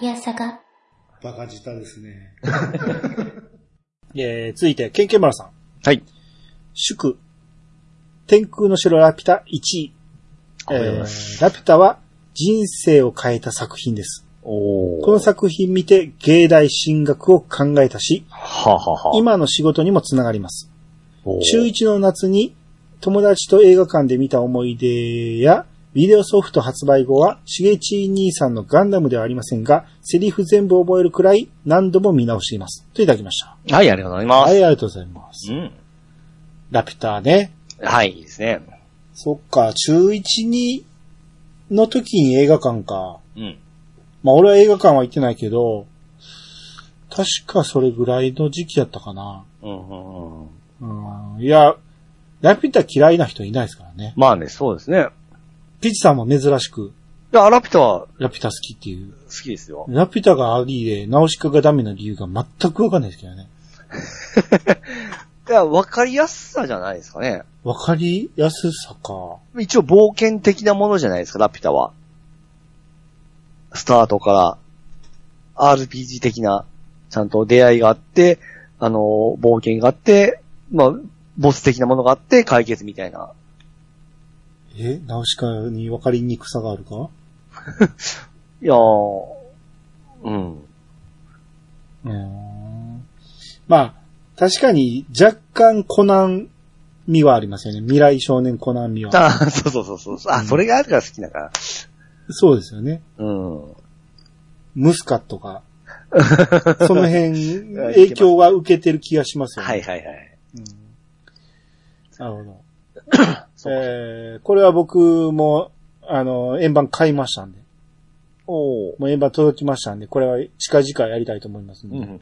やさが。バカ舌ですね。 えー、続いて、ケンケンマラさん。はい。祝。天空の城ラピュタ1位。ありがとうございえますーラピュタは人生を変えた作品です。おこの作品見て芸大進学を考えたし、はあ、はあはあ、今の仕事にもつながります。おー中1の夏に友達と映画館で見た思い出や、ビデオソフト発売後は、しげち兄さんのガンダムではありませんが、セリフ全部覚えるくらい何度も見直しています。といただきました。はい、ありがとうございまはす。い、ありがとうございます。うん。ラピュタね。はい、いいですね。そっか、中1に、の時に映画館か。うん。まあ俺は映画館は行ってないけど、確かそれぐらいの時期やったかな。うんうんうん。うんいや、ラピュタ嫌いな人いないですからね。まあね、そうですね。ピチさんも珍しく、いや、ラピュタはラピュタ好きっていう。好きですよ。ラピュタがありで、ナオシカがダメな理由が全くわかんないですけどね。いや、わかりやすさじゃないですかね。わかりやすさか。一応冒険的なものじゃないですか、ラピュタは。スタートから、RPG 的な、ちゃんと出会いがあって、あの、冒険があって、まあ、ボス的なものがあって、解決みたいな。えナオシカにわかりにくさがあるかいやー、うん。うーん。まあ、確かに若干コナン味はありますよね。未来少年コナン味は。あ そうそうそうそう。あ、それがあるから好きだから。そうですよね。うん。ムスカと か。その辺、影響は受けてる気がしますよね。はいはいはい。なるほど。そうかえー、これは僕も、あの、円盤買いましたんで。おーもう円盤届きましたんで、これは近々やりたいと思いますのうで、ん。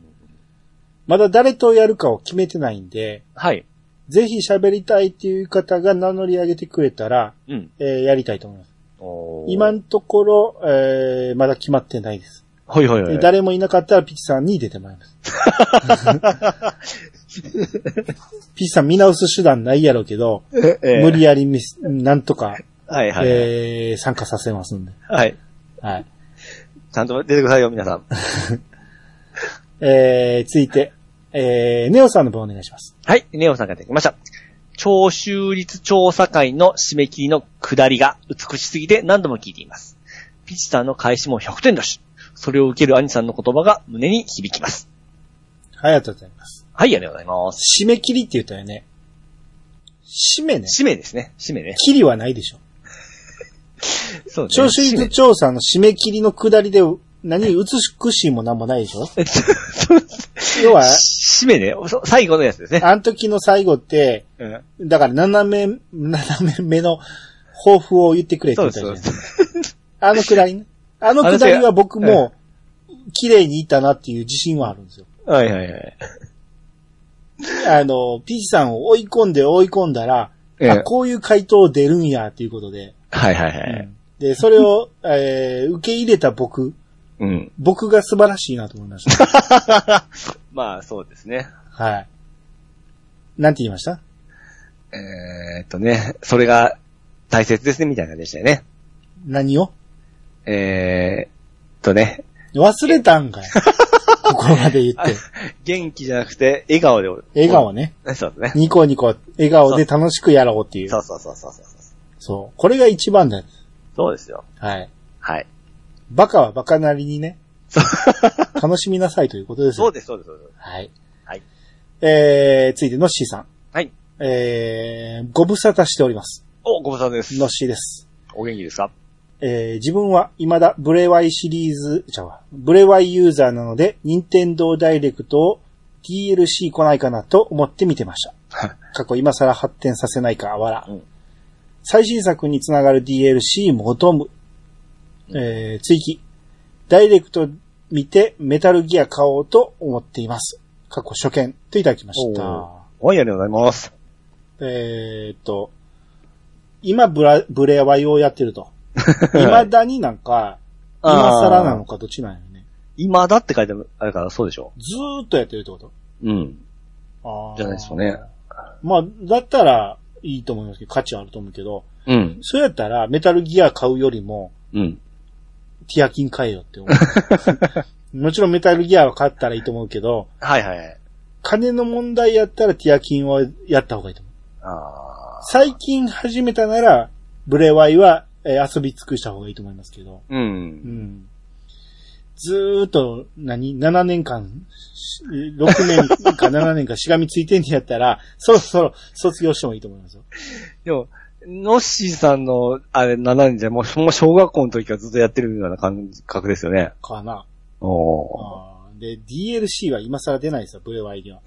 まだ誰とやるかを決めてないんで、はい。ぜひ喋りたいっていう方が名乗り上げてくれたら、うん。えーやりたいと思います。おー今のところ、えー、まだ決まってないです。はいはいではい。誰もいなかったらピチさんに出てもらい ます。ピチさん見直す手段ないやろうけど、無無理やりミス、なんとか、はいはいはい。えー、参加させますんで。はい。はい。ちゃんと出てくださいよ、皆さん。えー、続いて、えー、ネオさんの分お願いします。はい、ネオさんが出てきました。聴衆率調査会の締め切りの下りが美しすぎて何度も聞いています。ピチさんの開始も100点だし、それを受ける兄さんの言葉が胸に響きます。はい、ありがとうございます。はい、ありがとうございます。締め切りって言ったよね。締めね。締めですね。締めね。切りはないでしょ。そう聴取率調査の締め切りの下りで、何、美しいもなんもないでしょ要は、締めね。そ最後のやつですね。あの時の最後って、うんだから斜め、斜め目の抱負を言ってくれってそう言っですたじそゃうんで。す。あのくらいね。あのくだりは僕も、綺麗にいったなっていう自信はあるんですよ。はいはいはい。あの、ピーチさんを追い込んで追い込んだら、ええあこういう回答出るんや、っていうことで。はいはいはい。で、それを、えー受け入れた僕、 うん。僕が素晴らしいなと思いました。まあ、そうですね。はい。なんて言いましたえーっとね、それが大切ですね、みたいな感じでしたよね。何をえー、とね、忘れた んかい。ここまで言って。元気じゃなくて、笑顔で、笑顔ね。そうですね。ニコニコ、笑顔で楽しくやろうっていう。そ。そううそうそうそうそう。これが一番だよ。そうですよ。はい。はい。バカはバカなりにね、そう楽しみなさいということです そうよ。です、そうです、そうです。はい。はい。えー、続いて、ノッシーさん。はい。えー、ご無沙汰しております。お、ご無沙汰ですの。っしーです。お元気ですかえー自分は未だブレワイシリーズ、じゃあ、ブレワイユーザーなので、任天堂ダイレクトを DLC 来ないかなと思って見てました。過去今更発展させないか、あわら。うん最新作につながる DLC 求む。えー追記。ダイレクト見てメタルギア買おうと思っています。過去初見といただきましおた。はい、ありがとうございます。えーっと、今ブラ、ブレワイをやってると。 未だになんか、今更なのあー。かどっちなんやろね。今だって書いてあるから、そうでしょ。ずーっとやってるってことうん。あーじゃないですよね。まあ、だったらいいと思いますけど、価値あると思うけど、うん。そうやったらメタルギア買うよりも、うん。ティアキン買えよって思 う。もちろんメタルギアは買ったらいいと思うけど、はいはいはい。金の問題やったらティアキンはやった方がいいと思う。あー最近始めたなら、ブレワイは、えー遊び尽くした方がいいと思いますけど。う。うんん。ずーっと、何 ?7 年間、し6年か7年かしがみついてんねやったら、 そろそろ卒業してもいいと思いますよ。でも、ノッシーさんの、あれ、7人じゃ、もう、もう小学校の時からずっとやってるような感覚ですよね。かな。おーあーで、DLC は今更出ないですよ、ブレワイには。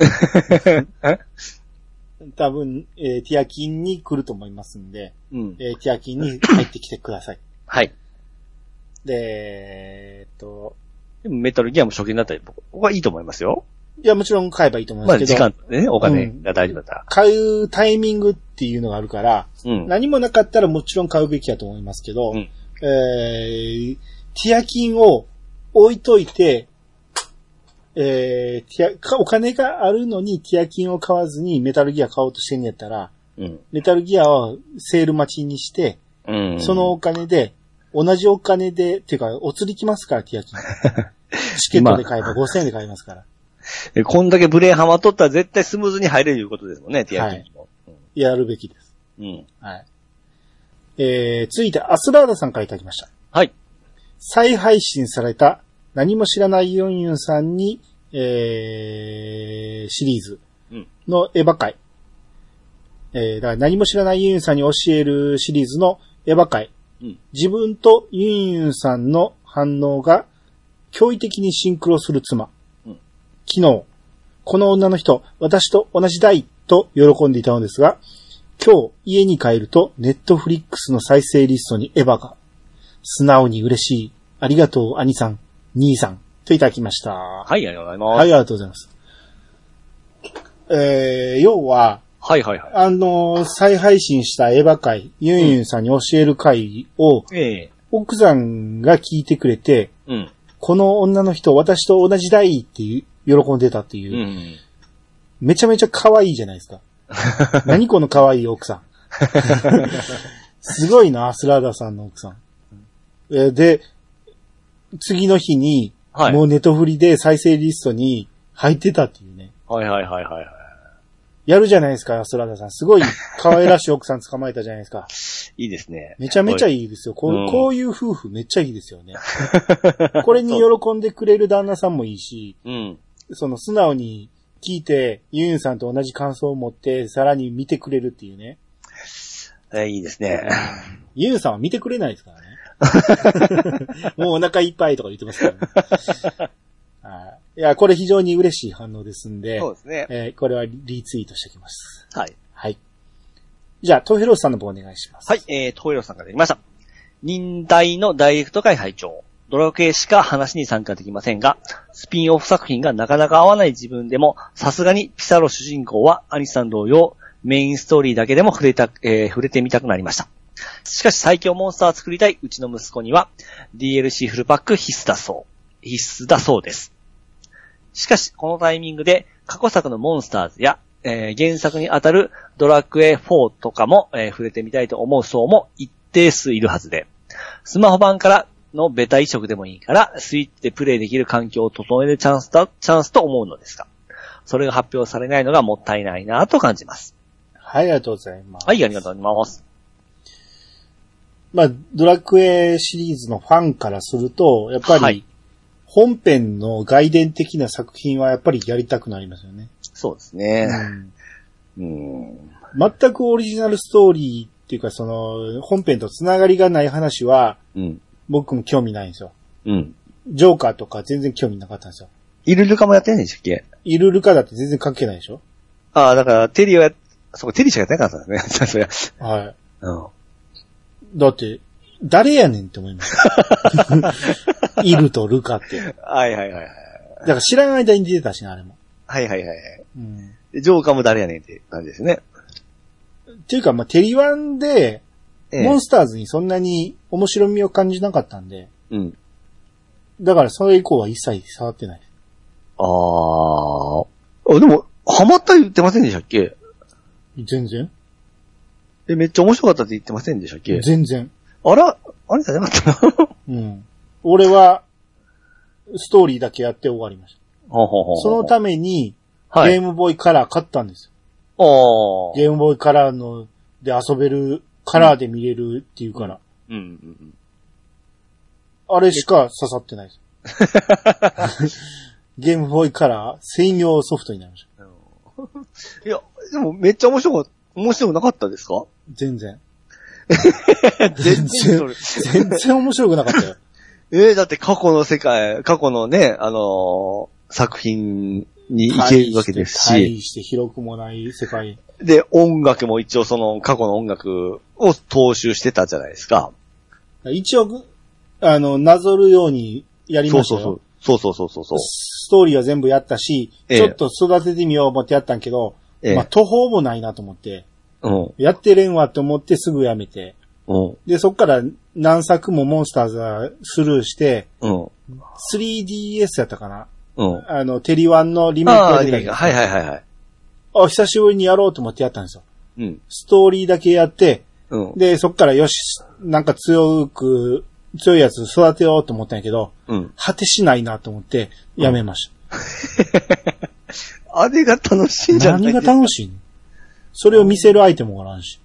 多分、えーティアキンに来ると思いますんで、うん。えーティアキンに入ってきてください。はい。で、えーっと、でも、メタルギアも初見だったり、僕僕はいいと思いますよ。いや、もちろん買えばいいと思いまますあ、け時ど、間とね、お金が大丈夫だったら。買うタイミングっていうのがあるから、うん。何もなかったらもちろん買うべきだと思いますけど、うんえー、ティアキンを置いといて、えー、ティアか、お金があるのにティアキンを買わずにメタルギア買おうとしてんやったら、うん。メタルギアはセール待ちにして、うん。そのお金で、同じお金で、ていうか、お釣り来ますから、ティ アキン。チケットで買えば5000円で買えますから。え、こんだけブレーハマっとったら絶対スムーズに入れるいうことですもんね、ティアキンも。やるべきです。うんうん。はい。えー、続いて、アスラーダさんからいただきました。はい。再配信された、何も知らないユンユンさんに、えー、シリーズうんのエヴァ会。えー、だから何も知らないユンユンさんに教えるシリーズのエヴァ会。うん自分とユンユンさんの反応が驚異的にシンクロする妻。うん昨日、この女の人、私と同じだいと喜んでいたのですが、今日家に帰るとネットフリックスの再生リストにエヴァが。素直に嬉しい。ありがとう、兄さん、兄さん。といただきました。ははい、ありがとうございい、ます。ありがとうございます。えー、要は、はい、はい、はい。あのー再配信したエヴァ会、ユンユンさんに教える会を、ええ。奥さんが聞いてくれて、うん。この女の人、私と同じだいっていう、喜んでたっていうう、ん。めちゃめちゃ可愛いじゃない ですか。何この可愛い奥さん。すごいな、アスラーダさんの奥さん。えーで、次の日に、はい。もうネトフリで再生リストに入ってたっていうね。はい、はい、はい、はい。はやるじゃないですか、アスラーダさん。すごい可愛らしい奥さん捕まえたじゃないです か。いいいですね。めちゃめちゃい。いいですよ。こう,、うんこういう夫婦めっちゃいいです よね。これに喜んでくれる旦那さんもいいし、うん。その素直に聞いて、ユンユンさんと同じ感想を持って、さらに見てくれるっていうね。えいいですね。ユンユンさんは見てくれないです からね。もうお腹いっぱいとか言ってますからね。はいいや、これ非常に嬉しい反応ですんで、そうですね。えーこれはリツイートしてきます。はい。はい。じゃあ、トヘロスさんの方お願いします。はい、えー、トイロさんからいただきました。忍耐のダイレクト会拝聴ドラクエしか話に参加できませんが、スピンオフ作品がなかなか合わない自分でも、さすがにピサロ主人公はアニさん同様、メインストーリーだけでも触れた、えー触れてみたくなりました。しかし最強モンスターを作りたいうちの息子には、DLC フルパック必須だそう。必須だそうです。しかし、このタイミングで過去作のモンスターズや、えー原作にあたるドラクエ4とかも、えー触れてみたいと思う層も一定数いるはずで、スマホ版からのベタ移植でもいいから、スイッチでプレイできる環境を整えるチャンスだ、チャンスと思うのですが、それが発表されないのがもったいないなぁと感じます。はい、ありがとうございます。はい、ありがとうございます。まあ、ドラクエシリーズのファンからすると、やっぱはりい、本編の外伝的な作品はやっぱりやりたくなりますよね。そうですね。うんうん。全くオリジナルストーリーっていうか、その、本編とつながりがない話は、うん。僕も興味ないんですよ。うん。ジョーカーとか全然興味なかったんですよ。イルルカもやってないんでしたっけイルルカだって全然関係ないでしょああ、だから、テリーはやっ、そうか、テリーしかやってなかったんですね。そ りゃ。はい。うん。だって、誰やねんって思い ます。イルとルカって。だはいはいはいはい。から知らない間に出てたしね、あれも。はいはいはいはい。うんでジョーカーも誰やねんって感じですね。っていうか、まあ、テリワンで、ええモンスターズにそんなに面白みを感じなかったんで、うん。だからそれ以降は一切触ってない。あーあ。でも、ハマった言ってませんでしたっけ全然え、めっちゃ面白かったって言ってませんでしたっけ全然。 あらあれじゃなかったなうん。俺は、ストーリーだけやって終わりました。ほうほうほうほうそのために、はい、ゲームボーイカラー買ったんですよ。おーゲームボーイカラーの、で遊べる、カラーで見れるっていうから、うんうんうん。あれしか刺さってないです。 ゲームボーイカラー専用ソフトになりました。いや、でもめっちゃ面白かった、面白くなかったですか全然。 全然それ。全然面白くなかったよ。 えーだって過去の世界、過去のね、あのー作品に行けるわけですし、大して広くもない世界。で、音楽も一応その過去の音楽を踏襲してたじゃないですか。一応、あの、なぞるようにやりそまうしたそよ。うそう。そうそうそうそうそう。ストーリーは全部やったし、ええちょっと育ててみよう思ってやったんけど、ええまあ途方もないなと思って、うん。やってれんわと思ってすぐやめて、うん。で、そっから何作もモンスターズはスルーして、うん。 3DS やったかなうん。あの、テリワンのリメイクああ、がア出ニたメりが。はいはいはいはい。あ、久しぶりにやろうと思ってやったんですよ。うん。ストーリーだけやって、うん。で、そっからよし、なんか強く、強いやつ育てようと思ったんやけど、うん。果てしないなと思って、やめました。あれが楽しいんじゃな何いが楽しいのそれを見せるアイテムがおらんし。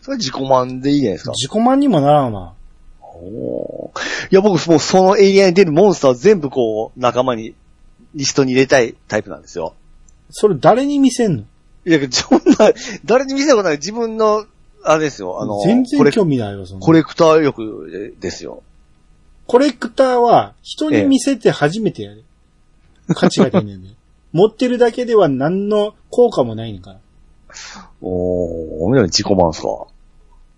それ自己満でいいじゃないですか。自己満にもならんわ。おーいや、僕、もうそのエリアに出るモンスター全部こう、仲間に、リストに入れたいタイプなんですよ。それ誰に見せんのいや、そんな、誰に見せたことない自分の、あれですよ、あの、全コ然レ興味ないわ、その。コレクター力ですよ。コレクターは人に見せて初めてやる。価値が出んねん ね。持ってるだけでは何の効果もないねんから。おー、みたいな自己満っすか。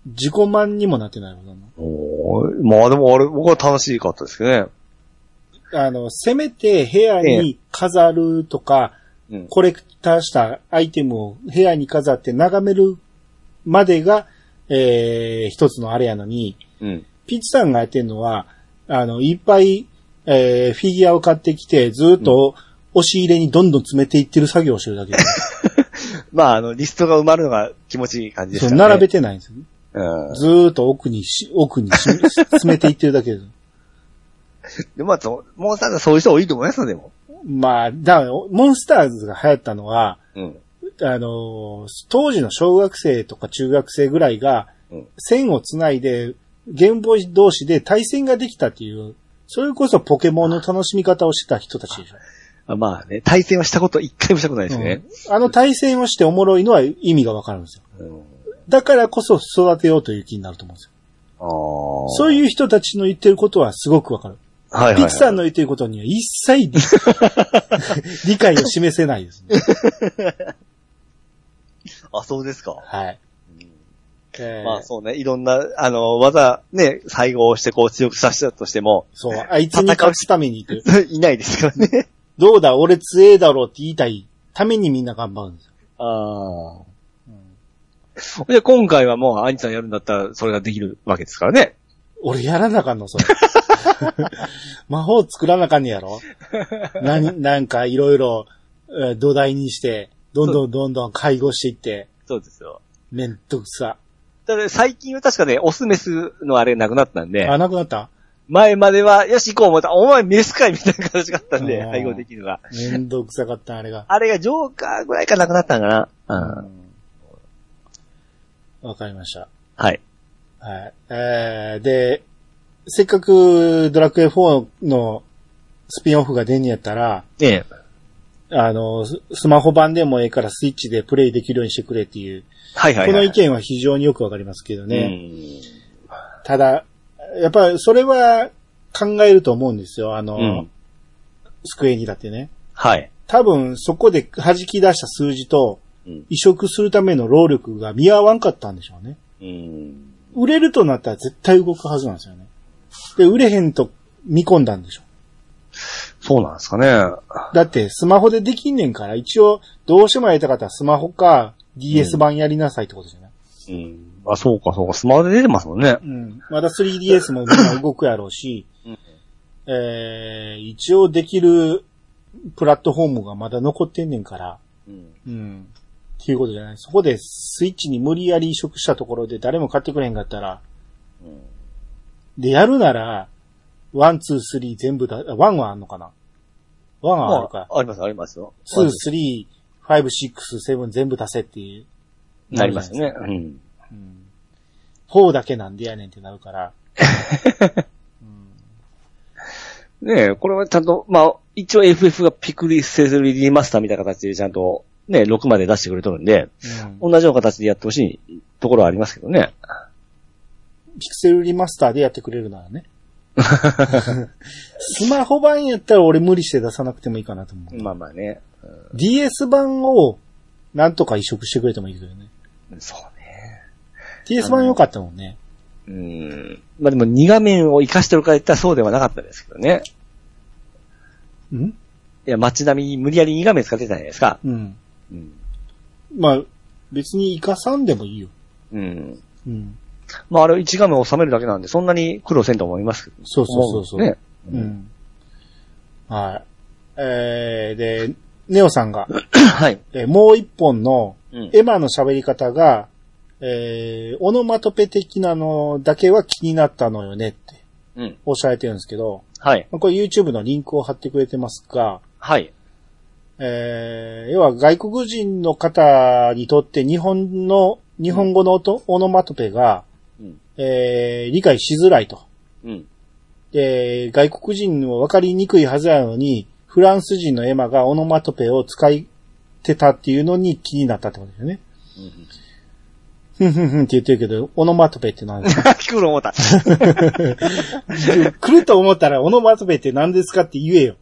自己満にもなってないわ、そんなおー、まあでもあれ、僕は楽しかったですけどね。あの、せめて部屋に飾るとか、うん。コレクターしたアイテムを部屋に飾って眺めるまでが、えー、一つのあれやのに、うん。ピッチさんがやってるのは、あの、いっぱい、えー、フィギュアを買ってきて、ずっと押し入れにどんどん詰めていってる作業をしてるだけで、まあ、あの、リストが埋まるのが気持ちいい 感じでそしうたね。並べてないんですよね。うん。ずーっと奥にし、奥にし詰めていってるだけです。 で、まあ、そモンスターがそういう人多いと思いますよ、でも。まあ、だから、モンスターズが流行ったのは、うん。あのー当時の小学生とか中学生ぐらいがうん、線をつないで、ゲームボーイ同士で対戦ができたっていう、それこそポケモンの楽しみ方をしてた人たちでしょ。あまあね、対戦はしたこと一回もしたことないですね。うんあの対戦をしておもろいのは意味がわかるんですよ。うんだからこそ育てようという気になると思うんですよ。ああ。そうう、いう人たちの言ってることはすごくわかる。はいはい、ピッチさんの言ってることには一切 理解を示せないですね。あ、そうですか。はい。えーまあそうね、いろんな、あの、技、ね、最後をしてこう強くさせたとしても、 そう、あいつに勝つために言ってる。いないですからね。どうだ、俺強えだろうって言いたいためにみんな頑張るんですよ。ああ。で、今回はもう、アニさんやるんだったら、それができるわけですからね。俺やらなあかんの、それ。魔法作らなあかんねやろな、なんかいろいろえー土台にして、どんどんどんどん介護していって、そうですよ。めんどくさ。ただ、最近は確かね、オスメスのあれなくなったんであ、、なくなった前までは、よし行こう思ったら、お前メスかいみたいな形があったんで、あー配合できるのが。めんどくさかった、あれが。あれがジョーカーぐらいかなくなったんかな。うん。わかりました。はい。はい。えー、で、せっかくドラクエ4のスピンオフが出んねやったら、ええ。あの、ススマホ版でもええからスイッチでプレイできるようにしてくれっていう、はいはい、はい。この意見は非常によくわかりますけどね。ね。ただ、やっぱりそれは考えると思うんですよ。あの、うんスクエニだってね。はい。多分そこで弾き出した数字とうん。移植するための労力が見合わんかったんでしょうね。うん。売れるとなったら絶対動くはずなんですよね。で、売れへんと見込んだんでしょ。そうなんですかね。だってスマホでできんねんから、一応どうしてもやりたかったらスマホか DS 版やりなさいってことじゃない、うん。あ、そうか、そうか。スマホで出てますもんね。うん。まだ 3DS もみんな動くやろうし、うんえー、一応できるプラットフォームがまだ残ってんねんから、うん。うん。っていうことじゃない。そこでスイッチに無理やり移植したところで誰も買ってくれへんかったら、で、やるなら、ワン、ツー、スリー全部だ、あワンはあんのかなワンはあるまか。あ、あります、ありますよ。ツー、スリー、ファイブ、シックス、セブン全部足せっていう。なりますよね。うん。うん。4だけなんでやねんってなるから。ねえ、これはちゃんと、まあ、一応 FF がピクリセズリリマスターみたいな形でちゃんと、ね、6まで出してくれとるんで、うん同じような形でやってほしいところはありますけどね。ピクセルリマスターでやってくれるならね。スマホ版やったら俺無理して出さなくてもいいかなと思う。まあまあね。 DS 版をなんとか移植してくれてもいいけどね。そうね。 DS 版良かったもんね。うん。まあでも2画面を活かしてるか言ったらそうではなかったですけどね。うんいや、街並み無理やり2画面使ってたじゃないですか。うん。うん。まあ、別に活かさんでもいいよ。うん。うん。まああれを1画面収めるだけなんで、そんなに苦労せんと思いますけど。そうそうそうそう。思ね。う。ん。はい。えー、で、ネオさんが、 はい。えーもう一本のうんエマの喋り方が、えー、オノマトペ的なのだけは気になったのよねってうん。おっしゃられてるんですけど、はい。まあこれ YouTube のリンクを貼ってくれてますが、はい。えー、要は外国人の方にとって日本の、日本語の音、オノマトペが、うん。えー、理解しづらいと。 うん。で、外国人も分かりにくいはずなのに、フランス人のエマがオノマトペを使いてたっていうのに気になったってことですよね。うんふんふんふんって言ってるけど、オノマトペって何聞くの思った。 来ると思ったら、オノマトペって何ですかって言えよ。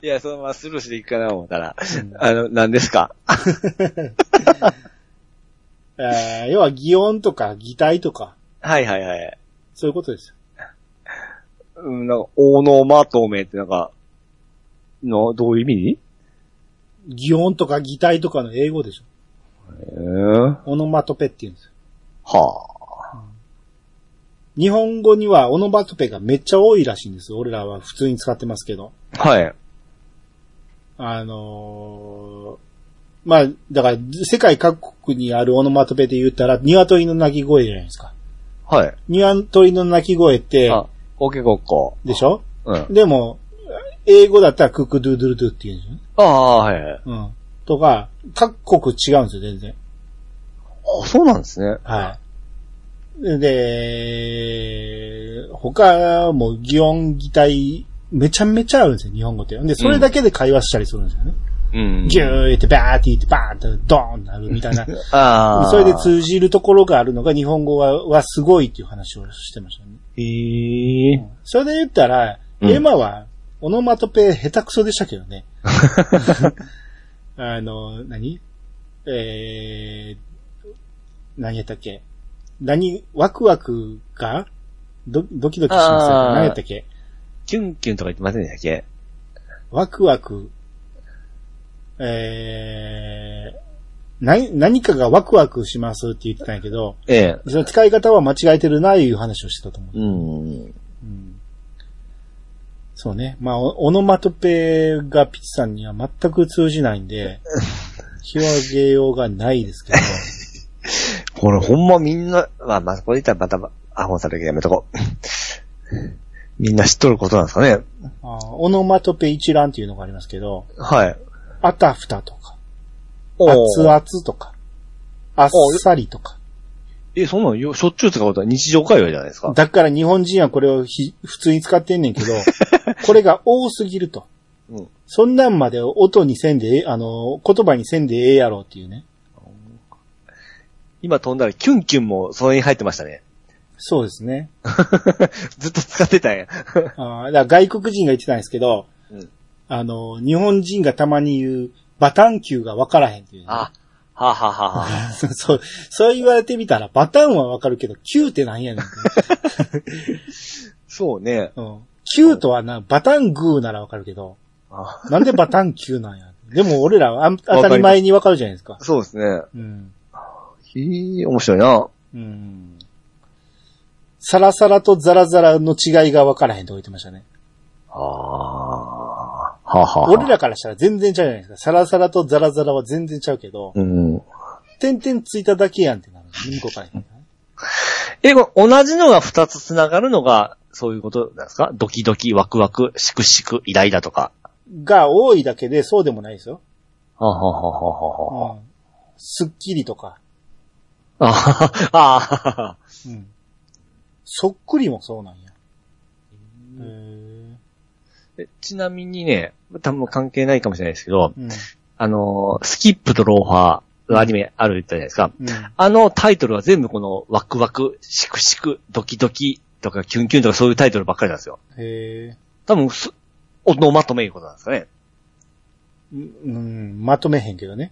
いや、そのままスルーしていくかな思ったら、うんあの、何ですかえー要は、擬音とか擬態とか、はいはいはい。そういうことですよ。うん、なんか、オーノーマトメってなんか、の、どういう意味擬音とか擬態とかの英語でしょ。えー、オノマトペって言うんですよ。は日本語にはオノマトペがめっちゃ多いらしいんですよ。俺らは普通に使ってますけど。あ。はい。あのーまあ、だから、世界各国にあるオノマトペで言ったら、鶏の鳴き声じゃないですか。はい。鶏の鳴き声って、あ、コケコッコ。でしょうん。でも、英語だったらクックドゥドゥルドゥって言うんですよね。ああ、はいはい。うん。とか、各国違うんですよ、全然。あ、そうなんですね。はい。で、他も擬音、擬態、めちゃめちゃあるんですよ、日本語って。で、それだけで会話したりするんですよね。うんギューってバーって言ってバーってドーンってなるみたいな。ああ。それで通じるところがあるのが日本語ははすごいっていう話をしてましたね。へえ。それで言ったら、うんエマはオノマトペ下手くそでしたけど ね。あの、何えー、何やったっけ何、ワクワクがドドキドキしますよあー何やったっけキュンキュンとか言ってませんでしたっけワクワク、えー、何、何かがワクワクしますって言ってたんやけど、ええ。その使い方は間違えてるな、いう話をしてたと思う。うん。うんそうね。まあ、おオノマトペがピチさんには全く通じないん で、広げようがないですけど、これほんまみんな、まあまあ、これ言ったらまた、アホンさんだけやめとこう。 みんな知っとることなんですかね。あーオノマトペ一覧っていうのがありますけど、はい。あたふたとか、おー熱々とか、あっさりとか。え、そんなのよしょっちゅう使うことは日常会話じゃないですか。だから日本人はこれをひ普通に使ってんねんけ ど、これが多すぎると。うんそんなんまで音にせんでええ、あの、言葉にせんでええやろうっていうね。今飛んだらキュンキュンもそれに入ってましたね。 そうですね。ずっと使ってたんや。あーだから外国人が言ってたんですけど、うんあの、日本人がたまに言う、バタン球が分からへんっていうね、 あ、はあはあはあはあ。 そう、そう言われてみたら、バタンは分かるけど、球ってなんやねん って。そうね。うん、球とはな、バタングーなら分かるけど、あなんでバタン球なんや。でも俺らはあん当たり前に分かるじゃないですか。そうですね。うん。へえ、面白いな。うん。サラサラとザラザラの違いが分からへんって言ってましたね。ああ。はあはあはあ。俺らからしたら全然ちゃうじゃないですか。サラサラとザラザラは全然ちゃうけど、うん。点々ついただけやんってなる。向こうから言ったらねえ、これ同じのが二つ繋がるのが、そういうことなんですかドキドキ、ワクワク、シクシク、イライラとか。が多いだけでそうでもないですよ。はあはあはあはあはうん。スッキリとか。あ。あははあははうん。そっくりもそうなんや。へーえちなみにね、多分関係ないかもしれないですけど、うん。あのー、スキップとローファーのアニメある言ったじゃないですか。うん。あのタイトルは全部このワクワク、シクシク、ドキドキとかキュンキュンとかそういうタイトルばっかりなんですよ。へえ。多分す、オノマトメいうことなんですかね。うん、まとめへんけどね。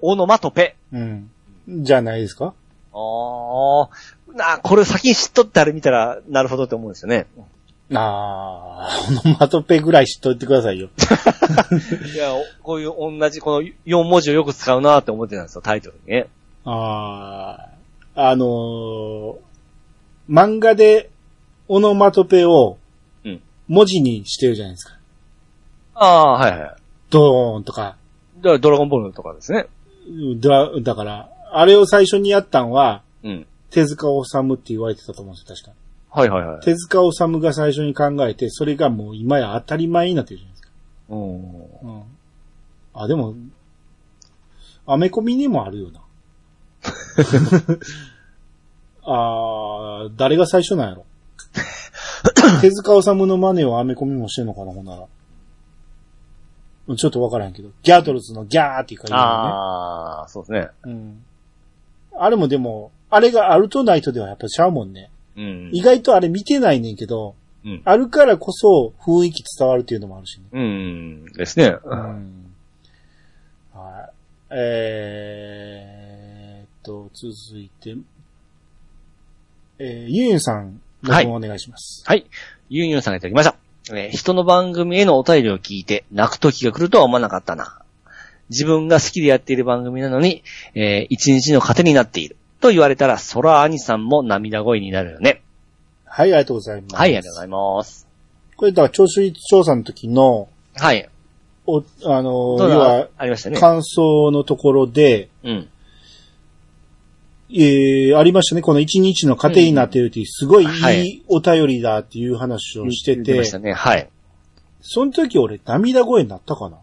オノマトペ。うん。じゃないですかあー。なあ、これ先に知っとってあれ見たら、なるほどって思うんですよね。あー、オノマトペぐらい知っといてくださいよ。いや、おこういう同じこの4文字をよく使うなって思ってたんですよ、タイトルにね。あー、あのー、漫画でオノマトペをうん文字にしてるじゃないですか。ああー、はいはい。ドーンとか、だからドラゴンボールとかですね。ドラだから、あれを最初にやったんは、うん。手塚治虫って言われてたと思うんですよ、確か。はいはいはい。手塚治虫が最初に考えて、それがもう今や当たり前になってるじゃないですか。うん。うん。あ、でも、アメコミにもあるよな。あー、誰が最初なんやろ。手塚治虫の真似をアメコミもしてんのかな、ほんなら。ちょっとわからへんけど。ギャートルズのギャーっていう感じだああ、そうですね。ね。うん。あれもでも、あれがあるとないとではやっぱちゃうもんね。うん意外とあれ見てないねんけど、うんあるからこそ雰囲気伝わるっていうのもあるしね。うん。ですね。うん。はい。えーっと、続いて、えー、ゆうゆうさんのはい方お願いします。はい。ユンユンさんがいただきました。えー人の番組へのお便りを聞いて泣く時が来るとは思わなかったな。自分が好きでやっている番組なのに、えー一日の糧になっている。と言われたら、そら兄さんも涙声になるよね。はい、ありがとうございます。はい、ありがとうございます。これ、だから、聴取率調査の時の、はい。お、あのどー、う要はだ、ありましたね。感想のところで、うん。えー、ありましたね。この一日の糧になっているっていう、すごいはいいいお便りだっていう話をして言っててまし、たね。はい。その時俺涙声になったか な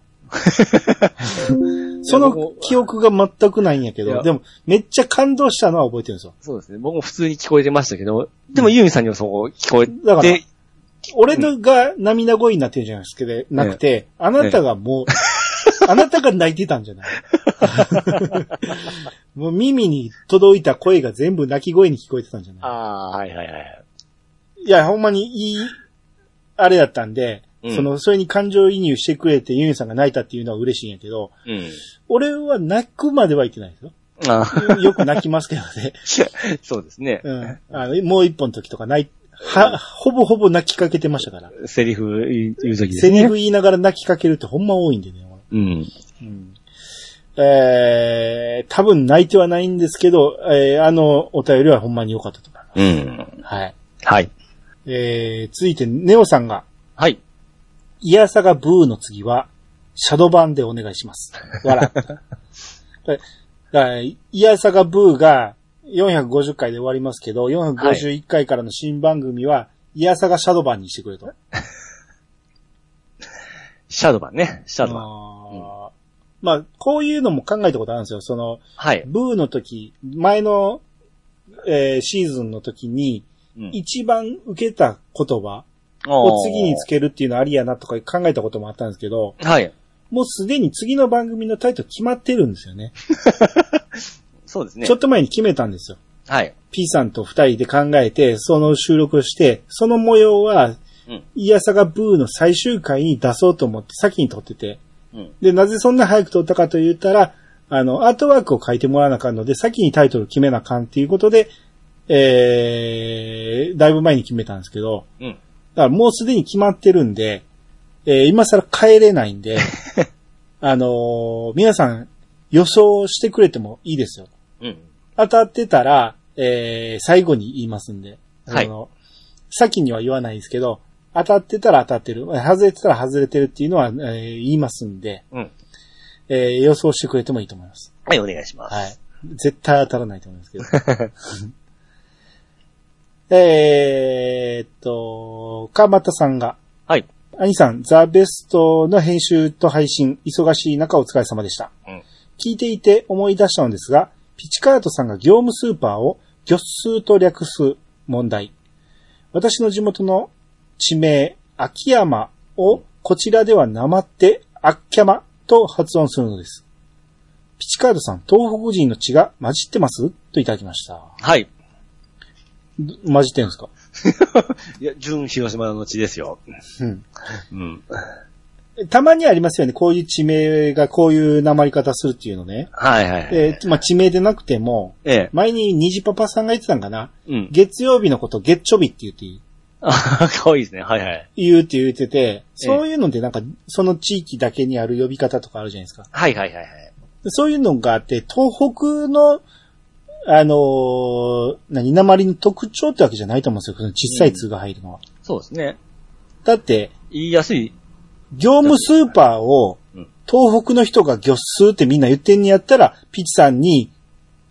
その記憶が全くないんやけいど、やでもめっちゃ感動したのは覚えてるんですよ。そうですね。僕も普通に聞こえてましたけど、でもユンユンさんにもそう聞こえだからて、俺のが涙声になってるじゃないですか、でなくて、あなたがもう、 あなたが泣いてたんじゃ ないもう耳に届いた声が全部泣き声に聞こえてたんじゃないああー、はいはいはい。いや、ほんまにいい、あれだったんで、うんその、それに感情移入してくれてユンユンさんが泣いたっていうのは嬉しいんやけど、うん。俺は泣くまではいってないですよ。あーよく泣きますけどね。そうですね。うん。あの、もう一本の時とかない、は、ほぼほぼ泣きかけてましたから。セリフ言う言うときですセね。リフ言いながら泣きかけるってほんま多いんでね。うん。うん。えー、多分泣いてはないんですけど、えー、あのお便りはほんまに良かったと思いまうん。す。はい。はい。えー、続いて、ネオさんが、はい。イヤサガブーの次は、シャドバンでお願いします。わ ら。だからイヤサガブーが450回で終わりますけど、451回からの新番組は、イヤサガシャドバンにしてくれと。シャドバンね。シャドバン。あーまあ、こういうのも考えたことあるんですよ。その、はい。ブーの時、前の、えーシーズンの時に、うん一番受けた言葉を次につけるっていうのありやなとか考えたこともあったんですけど、はい。もうすでに次の番組のタイトル決まってるんですよね。そうですねちょ。っと前に決めたんですよ。はい。 P さんと二人で考えて、その収録をして、その模様はうん、イヤサガブーの最終回に出そうと思って先に撮ってて、うん。で、なぜそんな早く撮ったかと言ったら、あの、アートワークを書いてもらわなあかんので、先にタイトル決めなあかんっていうことで、えー、だいぶ前に決めたんですけど、うん。だからもうすでに決まってるんで、えー、今更帰れないん で、あのー皆さん予想してくれてもいいですよ。うん。当たってたら、えー、最後に言いますんで。はいあの先には言わないですけど、当たってたら当たってる、外れてたら外れてるっていうのは、えー言いますんで、うん。えー予想してくれてもいいと思います。はい、お願いします。 はい。絶対当たらないと思いますけど。えーっと、かまたさんが、はい。兄さん、ザ・ベストの編集と配信、忙しい中お疲れ様でした。うん聞いていて思い出したのですが、ピチカートさんが業務スーパーを魚数と略す問題。私の地元の地名、秋山をこちらではなまって、あっきゃまと発音するのです。ピチカートさん、東北人の血が混じってますといただきました。はい。ど混じってるんですかいや、純広島の地ですよ。うん。うん。たまにありますよね。こういう地名がこういう訛り方するっていうのね。はいはいはい。えーまあ、地名でなくても、ええ。前に虹パパさんが言ってたんかな。うん。 月曜日のこと月ちょびって言っていいあ、かわいいですね。はいはい。言うって言ってて、そういうのでなんか、その地域だけにある呼び方とかあるじゃないですか。はいはいはいはい。でそういうのがあって、東北の、あのー何、鉛の特徴ってわけじゃないと思うんですよ。この小さい通が入るのは。そうですね。だって、言いやすい。業務スーパーをうん、東北の人が魚数ってみんな言ってんにやったら、ピチさんに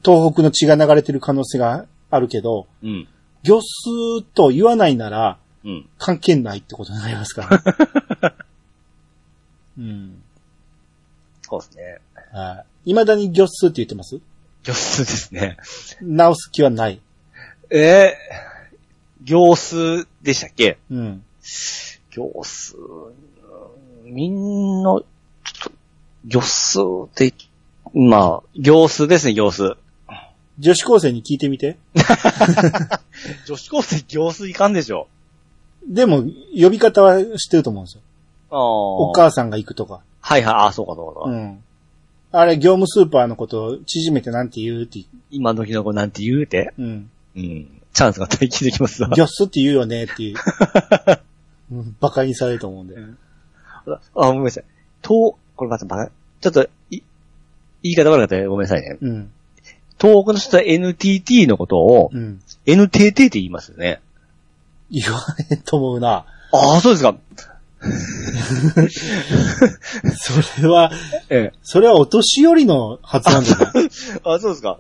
東北の血が流れてる可能性があるけど、うん。魚数と言わないなら、うん。関係ないってことになりますから。うん。そうですね。はい。未だに魚数って言ってます行数ですね。直す気はない。ええ行数でしたっけうん。行数。うんみんな、ちょっと、行数って、まあ、行数ですね、行数。女子高生に聞いてみて。女子高生行数いかんでしょ。でも、呼び方は知ってると思うんですよ。ああ。おお母さんが行くとか。はいはい、あそうかそうかそううか。ん。あれ、業務スーパーのことを縮めてなんて言うって。今時の子なんて言うて。うん。うん。チャンスが待機できますわ。ギョスって言うよねっていう。うんバカにされると思うんで。あ、ごめんなさい。と、これまたバカ、ちょっと、い、言い方悪かったらごめんなさいね。うん。東北の人は NTT のことをうん。 NTT って言いますよね。言わへんと思うな。ああ、そうですか。それは、ええ。それはお年寄りの発音じゃない あそうですか。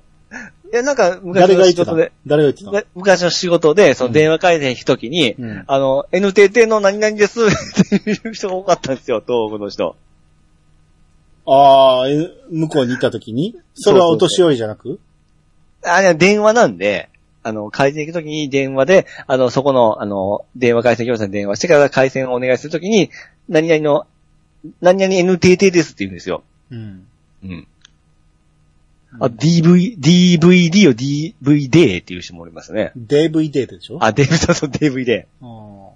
いや、なんか、昔誰がの言っ仕てた事で、誰が言ってたむ昔の仕事で、そうのん電話回線行くときに、うんあの、NTT の何々ですっていう人が多かったんですよ、東北の人。ああ、え向こうに行った時にそれはお年寄りじゃなくあれは電話なんで、あの、回線行くときに電話で、あの、そこの、あの、電話回線業者に電話してから回線をお願いするときに、何々の、何々 NTT ですって言うんですよ。うん。うん。あ、DV、DVD を DVD っていう人もおりますね。 DVD でしょあ、デブさんそう DVD。うん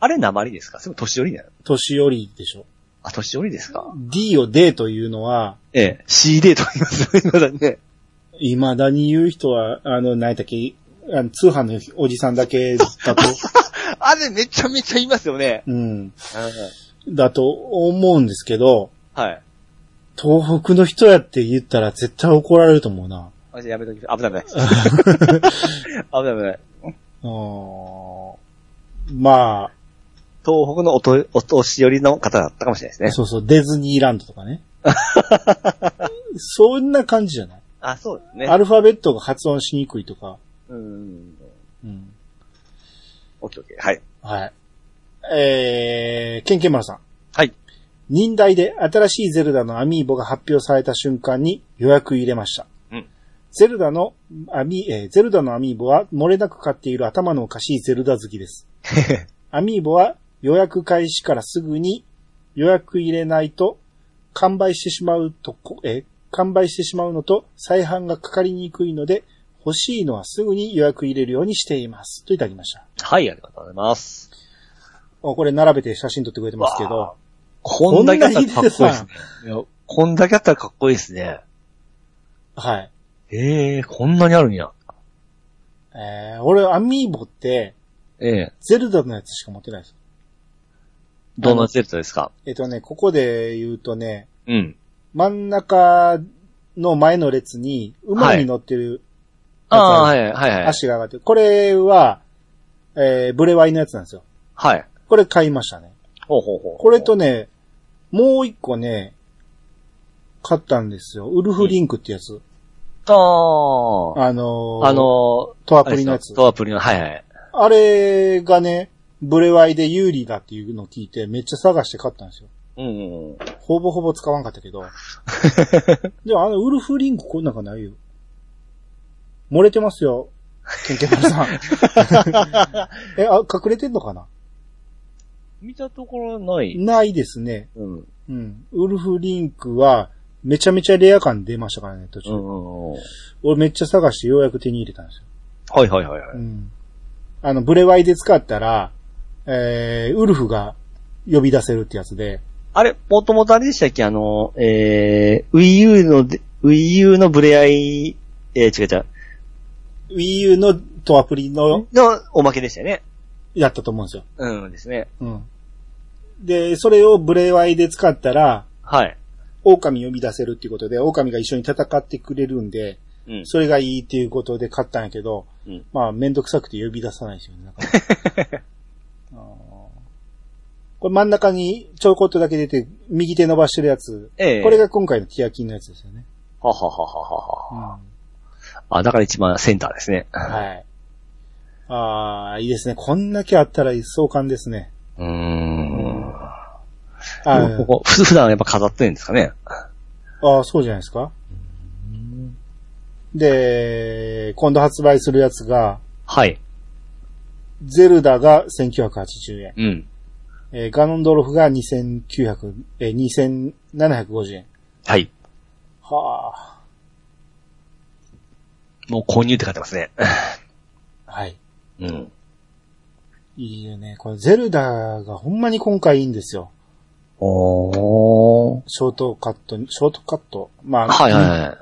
あれ鉛ですかそれも年寄りだよ。年寄りでしょあ、年寄りですか D を D というのは、ええ。CD と言いますよ。今だね。未だに言う人は、あの、何だっけ、あの通販のおじさんだけだ と、あれめちゃめちゃ言いますよね。うん、うんだと思うんですけど、はい。東北の人やって言ったら絶対怒られると思うな。あ、じゃあやめときます。危ない危ない。 危ない危ない。うーんま東北のおと、お年寄りの方だったかもしれないあ、ですね。そうそう、ディズニーランドとか ね。そんな感じじゃない、あ、そうですね。アルファベットが発音しにくいとか。うん。うん、オッケーオッケー。はい。はい。えー、ケンケンマラさん。はい。忍耐で新しいゼルダのアミーボが発表された瞬間に予約入れました。うんゼルダのアミ、えーゼルダのアミーボは漏れなく買っている頭のおかしいゼルダ好きです。アミーボは予約開始からすぐに予約入れないと完売してしまうとこ、えー完売してしまうのと再販がかかりにくいので欲しいのはすぐに予約入れるようにしています。といただきました。 はい、ありがとうございます。あこれ並べて写真撮ってくれてますけわあど、こんだけあったらかっこいいですこんなにね。いやこんだけあったらかっこいいですね。はい。ええこんなにあるんや。えー、俺、アミーボって、ええゼルダのやつしか持ってないです。どんなゼルダですかえっ、とね、ここで言うとね、うん。真ん中の前の列に、馬に乗ってるああ、はい、はい、はい。足が上がってる。これは、えー、ブレワイのやつなんですよ。はい。これ買いましたね。ほうほうほう。これと、ね、もう一個ね、買ったんですよ。ウルフリンクってやつ。あー。あのーあのトー、アプリのやつ。トアプリの、はいはい。あれがね、ブレワイで有利だっていうのを聞いて、めっちゃ探して買ったんですよ。うんうん。ほぼほぼ使わんかったけど。でもあのウルフリンクこんなんかないよ。漏れてますよ。ケンケンマルさん。え、あ、隠れてんのかな見たところない。ないですね。うん。うんうん。ウルフリンクは、めちゃめちゃレア感出ましたからね、途中。うんうん。は俺めっちゃ探してようやく手に入れたんですよ。いはいはいはうい。ん。あの、ブレワイで使ったら、えー、ウルフが呼び出せるってやつで、あれ、もともとあれでしたっけあの、えー、Wii U ので、Wii U のブレアイ、えー、違う違う。 Wii U のとアプリののおまけでしたよね。やったと思うんですよ。うんですね。うん。で、それをブレワイで使ったら、はい。狼呼び出せるっていうことで、狼が一緒に戦ってくれるんで、うん。それがいいっていうことで買ったんやけど、うんまあ、めんどくさくて呼び出さないですよね。なかなか あーこれ真ん中にちょこっとだけ出て、右手伸ばしてるやつ。ええこれが今回のティアキンのやつですよね。はははははうは。んあ、だから一番センターですね。はい。ああ、いいですね。こんだけあったら壮観ですね。うーん。あこ こ、ふ普段やっぱ飾ってるんですかね。あー、そうじゃないですか。で、今度発売するやつが、はい。ゼルダが1980円、うん。えーガノンドロフが2900、えー、2750円。はい。はもう購入って書いてますね。あ、はい。うん。いいよね。このゼルダがほんまに今回いいんですよ。おー。ショートカットに、ショートカット。まあ、はいはいうんは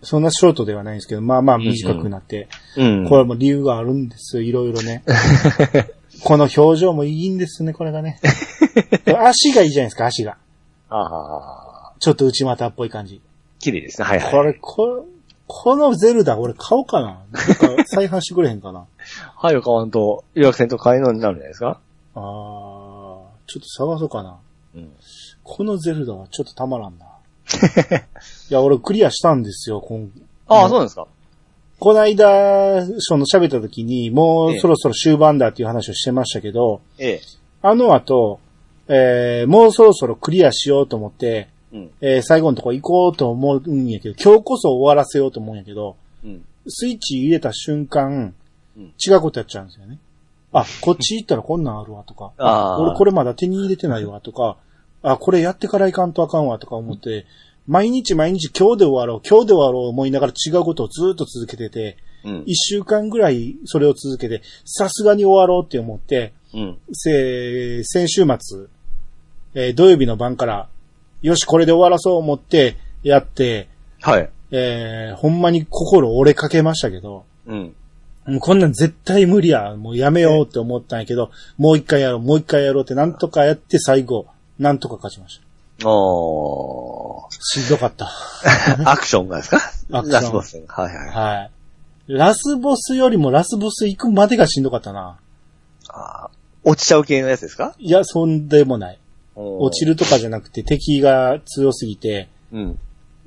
そんなショートではないんですけど、まあまあ短くなって。い。うん。これも理由があるんですよ、いろいろ ね。この表情もいいんですよね、これがね。足がいいじゃないですか、足が。ああ。ちょっと内股っぽい感じ。綺麗ですね。はいはい。これ、ここのゼルダ俺買おうかな。なんか再販してくれへんかな。はいを買わんと、予約せんと買えのになるんじゃないですかあー、ちょっと探そうかな。うん。このゼルダはちょっとたまらんな。いや、俺クリアしたんですよ、こんあうあ、んそうなんですかこの間、その喋った時に、もえうえそろそろ終盤だっていう話をしてましたけど、ええ。あの後、えー、もうそろそろクリアしようと思って、うん。えー、最後のとこ行こうと思うんやけど、今日こそ終わらせようと思うんやけど、うん。スイッチ入れた瞬間、うん違うことやっちゃうんですよね。あ、こっち行ったらこんなんあるわとか、ああ。俺これまだ手に入れてないわとか、あ、これやってから行かんとあかんわとか思って、毎日毎日今日で終わろう、今日で終わろう思いながら違うことをずっと続けてて、れ、うん。一週間ぐらいそれを続けて、さすがに終わろうって思って、うん。せ、先週末、えー土曜日の晩から、よし、これで終わらそう思ってやって、はい。えーほんまに心折れかけましたけど、うん。もうこんなん絶対無理や、もうやめようって思ったんやけど、もう一回やろう、もう一回やろうってなんとかやって最後、なんとか勝ちましああ。 た。しんどかった。アクションがですかアクションラスボス。はいはい。あはい。ラスボスよりもラスボス行くまでがしんどかったな。あ。落ちちゃう系のやつですかいや、そんでもない。落ちる。るとかじゃなくて敵が強すぎて、うん。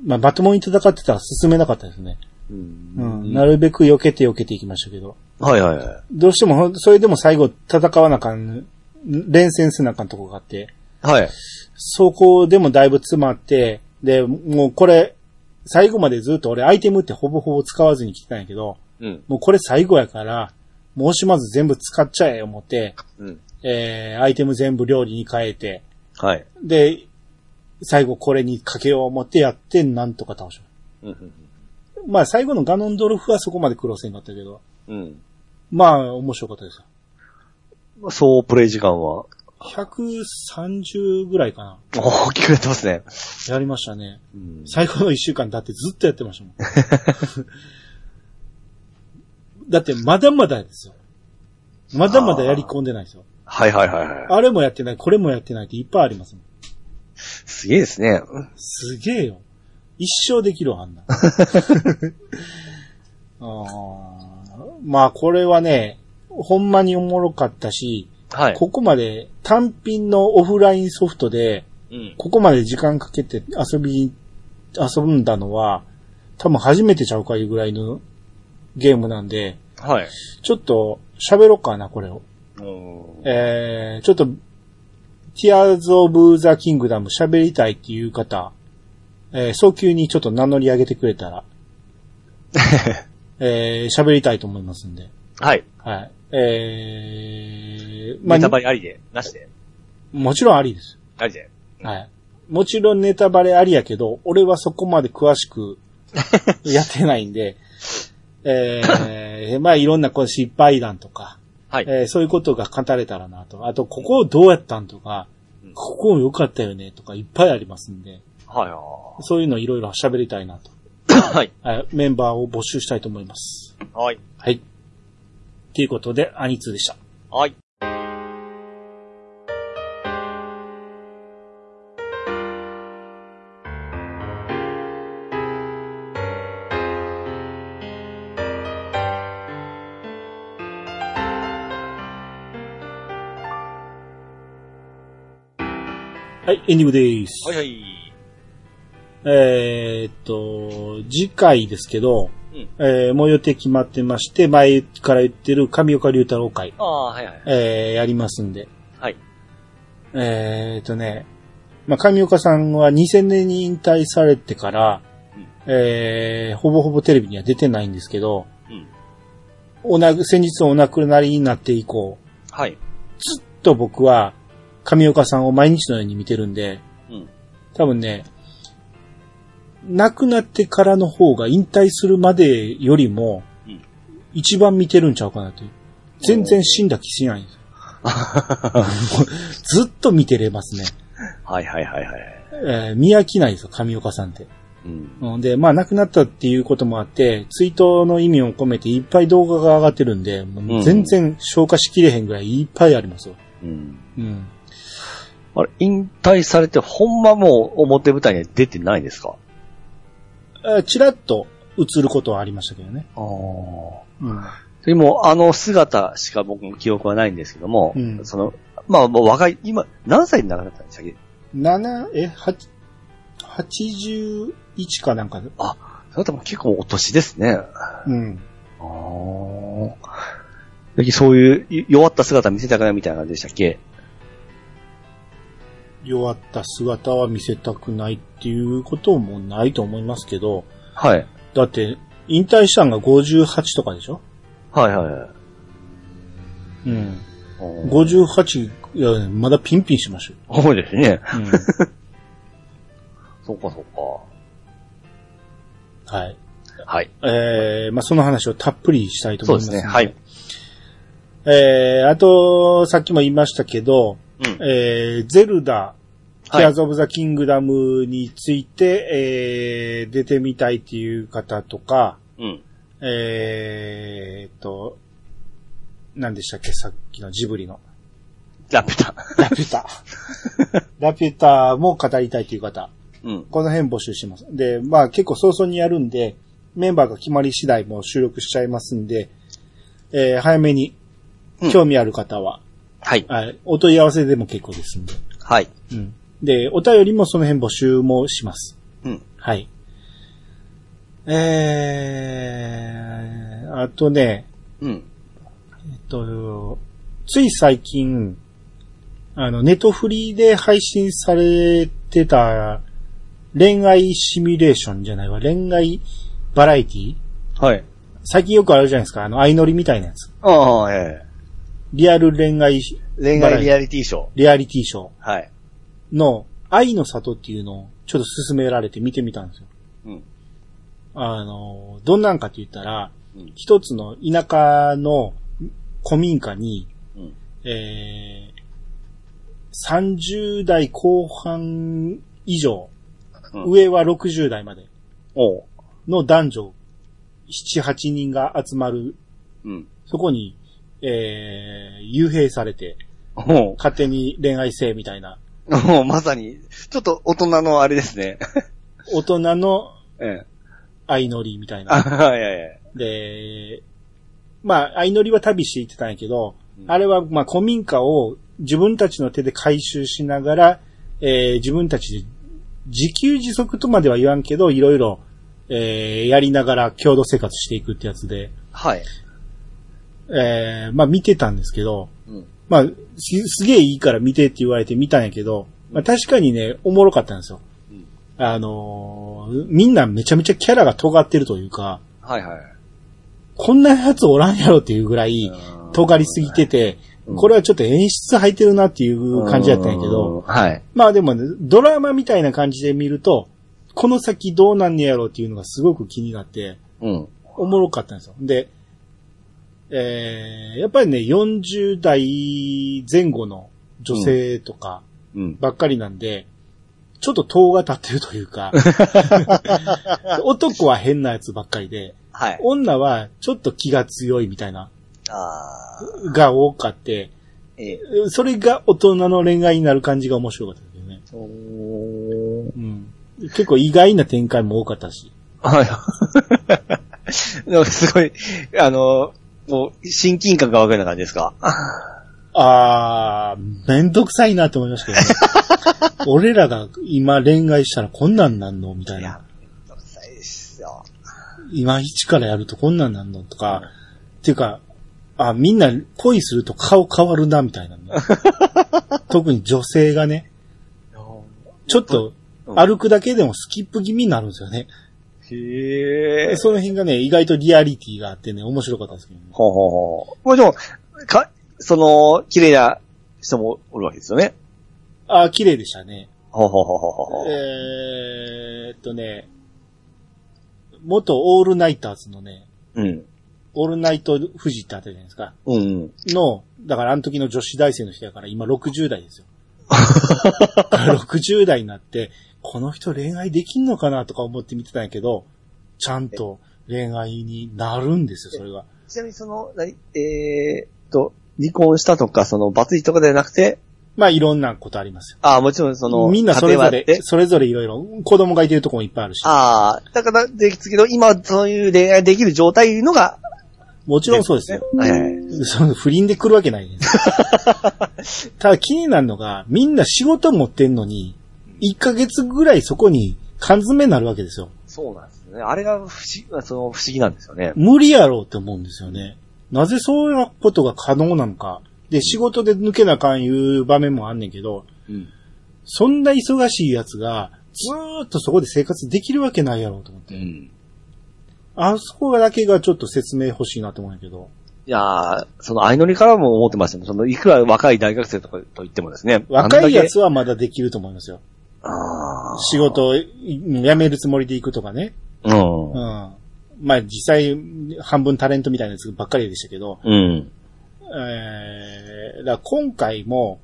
まあ、まともに戦ってたら進めなかったですね。ううん。んなるべく避けて避けていきましたけど。はいはいはい。どうしてもほん、それでも最後戦わなあかん、連戦せなあかんとこがあって、はい。そこでもだいぶ詰まって、で、もうこれ、最後までずっと俺アイテムってほぼほぼ使わずに来てたんやけど、うん。もうこれ最後やから、もう惜しまず全部使っちゃえ思って、うん。えー、アイテム全部料理に変えて、はい。で、最後これにかけよう思ってやって、なんとか倒しましたうん。まあ最後のガノンドルフはそこまで苦労せんかったけど、うん。まあ面白かったですよ。そう、プレイ時間は、 130ぐらいかな。大きくなってますね。やりましたね。うん。最後の一週間だってずっとやってましたもん。 だってまだまだですよ。まだまだやり込んでないですよ。はいはいはいはい。あれもやってない、これもやってないっていっぱいありますもん。すげえですね。うんすげえよ。一生できるわ、あ んな。あーまあこれはね、ほんまにおもろかったし、はい。ここまで単品のオフラインソフトで、うん。ここまで時間かけて遊び、遊んだのは、多分初めてちゃうかいうぐらいのゲームなんで、はい。ちょっと喋ろうかな、これを。うんえー、ちょっと、Tears of the Kingdom 喋りたいっていう方、えー、早急にちょっと名乗り上げてくれた ら、えー、喋りたいと思いますんで。はい。はい。えー、まネタバあ、レありで、なしで、もちろんありです。ありで。はい。もちろんネタバレありやけど、俺はそこまで詳し くやってないんで、 えー、まあいろんなこう失敗談とか、はい。えーそういうことが語れたらなと。あと、ここをどうやったんとかうん、ここ良かったよねとかいっぱいありますんで、はいはそういうのいろいろ喋りたいなと。い。はい。はいメンバーを募集したいと思います。はい。はい。ということで、アニツーでした。はい。はい、エンディングです。はいはい。えーっと、次回ですけど、うんえーもう予定決まってまして、前から言ってる神岡龍太郎会、ああ、はいはい。えーやりますんで。はい。えーっとね、まあ、神岡さんは2000年に引退されてから、うんえーほぼほぼテレビには出てないんですけど、うんおな先日お亡くなりになって以降、はい。ずっと僕は神岡さんを毎日のように見てるんで、うん。多分ね、亡くなってからの方が引退するまでよりもうん、一番見てるんちゃうかなという。全然死んだ気しないんですよ。ずっと見てれますね。はいはいはいはい。えー見飽きないですよ、神岡さんって。うん。うんで、まあ亡くなったっていうこともあって、追悼の意味を込めていっぱい動画が上がってるんで、もう全然消化しきれへんぐらいいっぱいありますよ。うん。うん。あれ、引退されて、ほんまもう表舞台には出てないですかえーちらっと映ることはありましたけどね。ああ。うん。でも、あの姿しか僕の記憶はないんですけども、うんその、まあ、もう若い、今、何歳になられたんでしたっけ七え、八、八十一かなんかで。それとも結構お年ですね。うん。あーそういうい弱った姿見せたくないみたいな感じでしたっけ弱った姿は見せたくないっていうこともないと思いますけど、はい。だって、引退したんが58とかでしょはいはいはいうん。あー。 58、いや、まだピンピンしましょそうですう。ね。うん。そうかそう はい。か。はい。えー、まあ、その話をたっぷりしたいとそう思いでますす、ね。はい。。えー、あと、さっきも言いましたけど、うん。えー、ゼルダ、テはいィアーズ・オブ・ザ・キングダムについて、えー、出てみたいっていう方とか、うん。えーっと、何でしたっけさっきのジブリの。ラピュタ。ラピュタ。 ラピュタも語りたいという方。うん。この辺募集します。で、まあ結構早々にやるんで、メンバーが決まり次第もう収録しちゃいますんで、えー早めにうん興味ある方は、 はい。はいお問い合わせでも結構ですんで。はい。うん。で、お便りもその辺募集もします。うん。はい。えー、あとね、うん。えっと、つい最近、あの、ネトフリで配信されてた恋愛シミュレーションじゃないわ、恋愛バラエティはい。最近よくあるじゃないですか、あの、相乗りみたいなやつ。ああ、えリアル恋愛え恋愛リアリティショー。リアリティショはい。ーの愛の里っていうのをちょっと勧められて見てみたんですよ。うん。あの、どんなんかって言ったら、うん一つの田舎の古民家に、うんえー、30代後半以上、うん上は60代までおう。の男女7、8人が集まる、うん。そこに、えー、幽閉されて、おう。勝手に恋愛性みたいな、おう まさに、ちょっと大人のあれですね。大人の ええ。相乗りみたいな。あ、いやいや。で、まあ、相乗りは旅して行ってたんやけど、うんあれは、まあ、古民家を自分たちの手で回収しながら、えー自分たちで自給自足とまでは言わんけど、いろいろ、ええーやりながら共同生活していくってやつで、はい。えーまあ見てたんですけど、うん。まあ、すすげえいいから見てって言われて見たんやけど、まあ確かにね、おもろかったんですよ。うんあのーみんなめちゃめちゃキャラが尖ってるというか、はいはい。こんなやつおらんやろっていうぐらい、尖りすぎてて、うんこれはちょっと演出入ってるなっていう感じだったんやけど、うん。はい。まあでもね、ドラマみたいな感じで見ると、この先どうなんねやろうっていうのがすごく気になって、うん。おもろかったんですよ。で、えー、やっぱりね、40代前後の女性とかうん。ばっかりなんで、ちょっと塔が立ってるという か、男は変なやつばっかりで、はい。女はちょっと気が強いみたいな、あーが多かって、ええ。それが大人の恋愛になる感じが面白かったですよね。おーうん。結構意外な展開も多かったし。はい。なんかすごい、あの、もう、親近感がわかるような感じですか。あー、めんどくさいなって思いましたけどね。俺らが今恋愛したらこんなんなんのみたいいやな。、めんどくさいですよ。今一からやるとこんなんなんのとか、っていうか、あ、みんな恋すると顔変わるな、みたい なね、特に女性がね、ちょっとうん歩くだけでもスキップ気味になるんですよね。へえ。その辺がね、意外とリアリティがあってね、面白かったですけどね。ほうほうほう。もうでも、か、その、綺麗な人もおるわけですよね。あー、綺麗でしたね。ほうほうほうほうほう。えーっとね、元オールナイターズのね、うん。オールナイト富士ってあったじゃないですか。うんうん。の、だからあの時の女子大生の人やから今60代 ですよ。60代になって、この人恋愛できんのかなとか思って見てたんやけど、ちゃんと恋愛になるんですよ、それが。ちなみにその、なにえーっと、離婚したとか、その、バツイとかではなくて、まあいろんなことありますよ。ああ、もちろんその、みんなそれぞ家庭はあってれ、それぞれいろいろ、子供がいてるとこもいっぱいあるし。ああ、だから、ですけど、今、そういう恋愛できる状態いうのが、もちろんそうですよ。はいはいはい。その不倫で来るわけないね。ただ気になるのが、みんな仕事持ってんのに、1ヶ月ぐらいそこに缶詰になるわけですよ。そうなんですね。あれが不思議、その、不思議なんですよね。無理やろうって思うんですよね。なぜそういうことが可能なのか。で、仕事で抜けなあかんいう場面もあんねんけど、うん。そんな忙しいやつが、ずーっとそこで生活できるわけないやろうと思って。ん。あそこだけがちょっと説明欲しいなと思うんやけど。いやーその、相乗りからも思ってましたね。その、いくら若い大学生とかと言ってもですね。若いやは。つはまだできると思いますよ。ああ。仕事を辞めるつもりで行くとかね。うんう。ん。まあ実際、半分タレントみたいなやつばっかりでしたけど、うん。えー、だから今回も、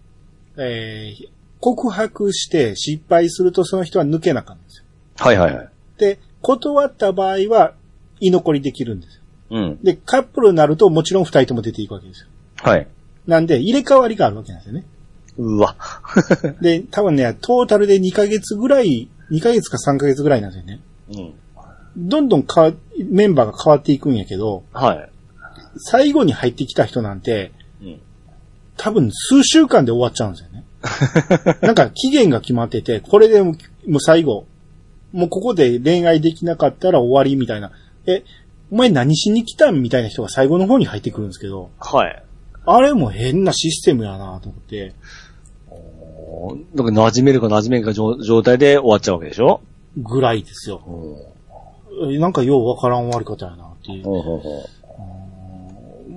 えー、告白して失敗するとその人は抜けなかったんですよ。はいはいはい。で、断った場合は、居残りできるんですよ。うん。で、カップルになるともちろん二人とも出ていくわけですよ。はい。なんで、入れ替わりがあるわけなんですよね。う わ。で、多分ね、トータルで2ヶ月ぐらい、2ヶ月か3ヶ月ぐらいなんですよね。うん。どんどん変わメンバーが変わっていくんやけど、はい。最後に入ってきた人なんて、うん。多分数週間で終わっちゃうんですよね。なんか期限が決まってて、これでもうもう最後、もうここで恋愛できなかったら終わりみたいな。え、お前何しに来たんみたいな人が最後の方に入ってくるんですけど、はい。あれも変なシステムやなと思って。おーなんか馴染めるか馴染めんか状状態で終わっちゃうわけでしょぐらいですよ。うん。えなんかようわからん終わり方やなっていう。ほうほうほ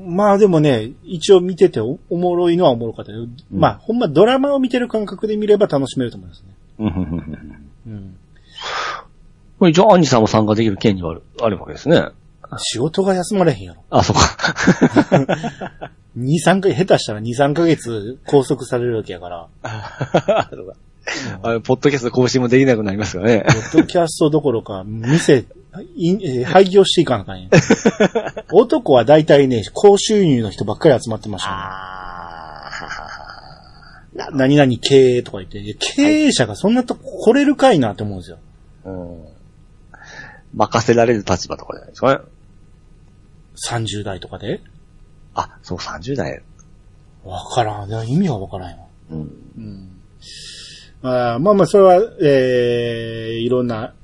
まあでもね、一応見てておおもろいのはおもろかったけど、まあほんまドラマを見てる感覚で見れば楽しめると思いますね。う。うんうんうんうんうん。これ一応、アンジさんも参加できる権利はある、あるわけですね。仕事が休まれへんやろ。あ、そうか。 二三ヶ月、下手したら2、3ヶ月拘束されるわけやから、そうか。あれポッドキャスト更新もできなくなりますよね。ポッドキャストどころか、店、いえー廃業していかなあかんや ん。男は大体ね、高収入の人ばっかり集まってましたあね。何々経営とか言って、いや経営者がそんなとこ来れるかいなって思うんですよ。あ。うん。任せられる立場とかじゃないですかね。 30代とかで。あ、そう、30代。わからん。いや意味はわからんよ。うん。うん。あーまあまあ、それは、えー、いろんな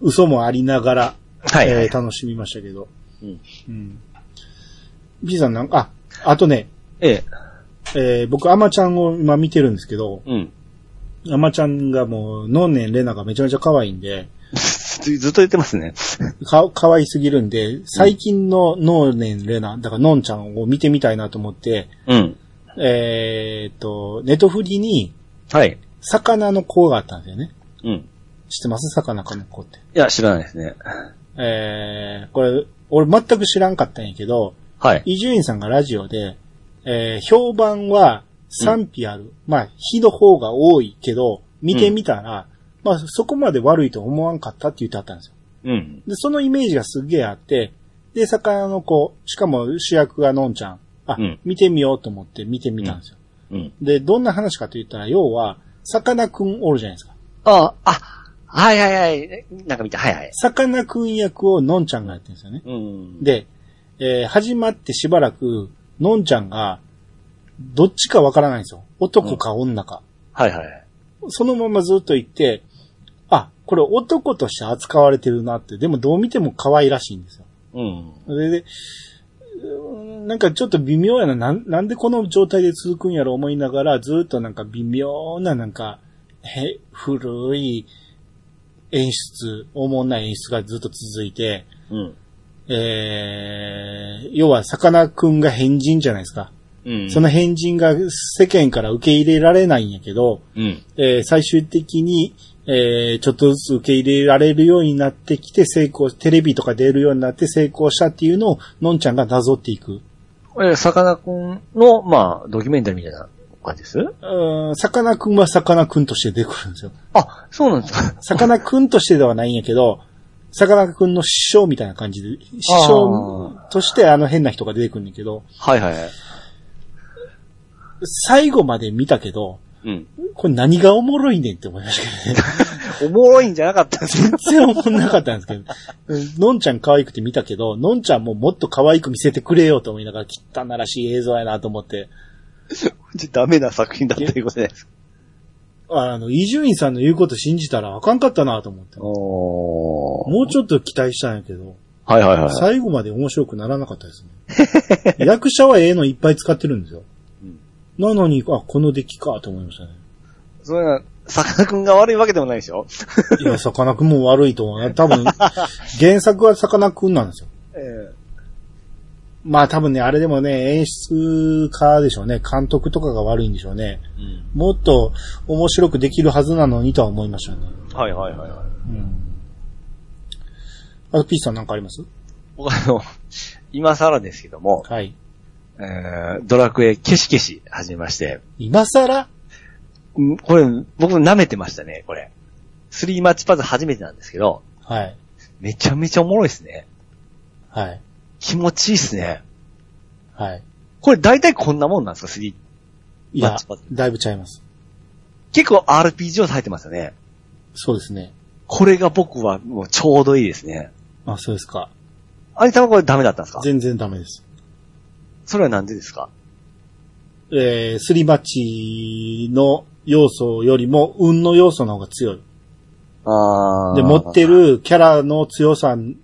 嘘もありながら、はいはい。えー楽しみましたけど。うんうん。B さんなんか、あ、あとね、ええ。えー僕、アマちゃんを今見てるんですけど、うん。アマちゃんがもう、ノンネンレナがめちゃめちゃ可愛いんで、ずずっと言ってますね。か、可愛すぎるんで、最近のノンネンレナ、だからノンちゃんを見てみたいなと思って、うん。えーっと、ネトフリに、はい。魚の子があったんですよね。うん。い知ってます魚の子って。や、知らないですね。えー、これ、俺全く知らんかったんやけど、はい。伊集院さんがラジオで、えー評判は賛否ある。まあ、火の方が多いけど、見てみたら、まあ、そこまで悪いと思わんかったって言ってあったんですよ。うん。で、そのイメージがすっげえあって、で、魚の子、しかも主役がのんちゃん。あ、うん見てみようと思って見てみたんですよ。うん。で、どんな話かと言ったら、要は、魚くんおるじゃないですか。あ、あ、はいはいはい。なんか見た。はいはい。魚くん役をのんちゃんがやってるんですよね。うん。で、えー始まってしばらく、のんちゃんが、どっちかわからないんですよ。男か女か。はいはい。そのままずっと行って、あ、これ男として扱われてるなって、でもどう見ても可愛らしいんですよ。うん。それで、うーんなんかちょっと微妙やな、なんなんでこの状態で続くんやろ思いながら、ずっとなんか微妙ななんか、へ、古い演出、おもんない演出がずっと続いて、うん。えー、要は、さかなクンが変人じゃないですか。うん。その変人が世間から受け入れられないんやけど、うん。えー最終的に、えーちょっとずつ受け入れられるようになってきて成功、テレビとか出るようになって成功したっていうのを、のんちゃんがなぞっていく。え、さかなクンの、まあ、ドキュメンタリーみたいな感じですうーんさかなクンはさかなクンとして出てくるんですよ。あ、そうなんですか。さかなクンとしてではないんやけど、さかなクンの師匠みたいな感じで、師匠としてあの変な人が出てくるんだけど、 はいはいはい。最後まで見たけど、うん。これ何がおもろいねんって思いましたけどね。 おもろいんじゃなかったんですよ。全然おもんなかったんですけど。うんのんちゃん可愛くて見たけど、のんちゃんももっと可愛く見せてくれよと思いながら、汚らしい映像やなと思って。 ダメな作品だったということじゃないですか。あの、伊集院さんの言うこと信じたらあかんかったなと思って。もおうー。ちょっと期待したんやけど、はいはいはい。最後まで面白くならなかったですね。 役者はええのいっぱい使ってるんですようん。なのに、あ、この出来かと思いましたね。それは、さかなクンが悪いわけでもないでしょいや、さかなクンも悪いと思う。多 分、原作はさかなクンなんですよ。えまあ多分ね、あれでもね、演出家でしょうね。監督とかが悪いんでしょうね。えうん。もっと面白くできるはずなのにとは思いましたね。はいはいはいはい。うん。あと、ピースさんなんかあります僕あの、今更ですけども、はい。えー、ドラクエケシケシ始めまして、今更うんこれ、僕舐めてましたね、これ。スリーマッチパズル初めてなんですけど、はい。めちゃめちゃおもろいですね。はい。気持ちいいですね。はい。ここれ大体こんなもんなんですか、スリー。いやパチパチ、だいぶちゃいます。結構 RPG を耐えてますよね。そうですね。これが僕はもうちょうどいいですね。あ、そうですか。アニさんはこれダメだったんですか全然ダメです。それはなんでですかえー、スリマッチの要素よりも、運の要素の方が強い。あーで、持って。るキャラの強さに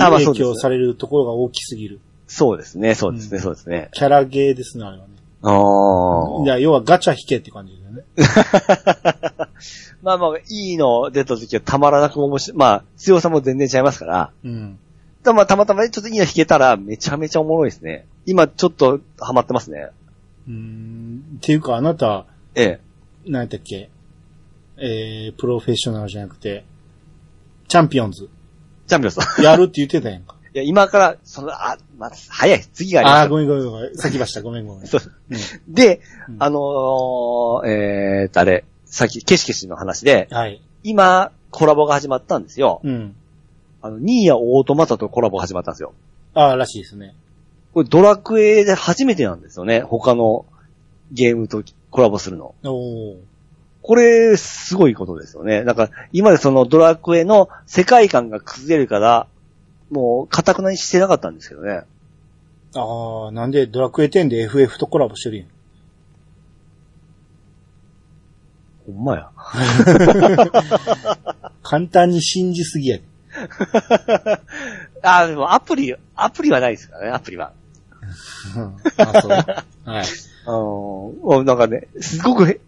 あまあ影そうです響されるところが大きすぎる。そうですね、そうですね、うんそうですね。キャラゲーですね、あれはね。あーいや、要はガチャ引けって感じだよね。まあまあ、いいの出た時はたまらなく面白い。まあ、強さも全然違いますから。うん。たまあたまたまねちょっといいの弾けたらめちゃめちゃおもろいですね。今ちょっとハマってますね。うーん。っていうか、あなた、ええ。何やったっけえー、プロフェッショナルじゃなくて、チャンピオンズ。チャンピオンさん。やるって言ってたやんか。 いや、今から、その、あ、まあ、早い。次があああー、りまごめんごめんごめん。先走した。ごめんごめん。そううす。でうん、あのー、えーと、あれ、さっき、ケシケシの話で、ん。はい。今、コラボが始まったんですよ。うん。あの、ニーヤオートマタとコラボが始まったんですよ。ああ、らしいですね。これドラクエで初めてなんですよね。他のゲームとコラボするの。おー。これ、すごいことですよね。なんか、今までそのドラクエの世界観が崩れるから、もう、カタくなにしてなかったんですけどね。ああ、なんでドラクエ10で FF とコラボしてるやん。ほんまや。簡単に信じすぎやで。 あー、でもアプリ、アプリはないですからね、アプリは。うんあ、そう。はい。あのーなんかね、すごくへ、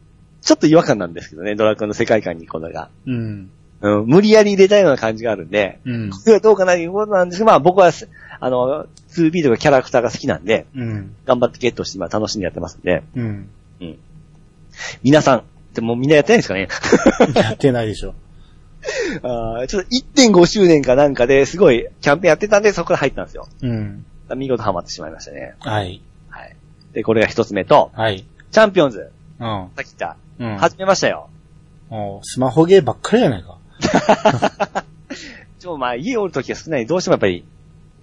ちょっと違和感なんですけどね、ドラクエの世界観にこのが。うん。うん、無理やり入れたような感じがあるんで、うん。それはどうかなということなんですが、まあ僕はす、あの、2B とかキャラクターが好きなんで、うん。頑張ってゲットして今楽しんでやってますんで、うん。皆さん、でもうみんなやってないですかねやってないでしょ。あーちょっと1.5周年かなんかですごいキャンペーンやってたんで、そこから入ったんですよ。うん。見事ハマってしまいましたね。はい。はい。で、これが一つ目と、はい。チャンピオンズ、うん。さっき言った、うん。始めましたよ。おスマホゲーばっかりやないか。ちょ、まあ家おるときは少ないんでどうしてもやっぱり、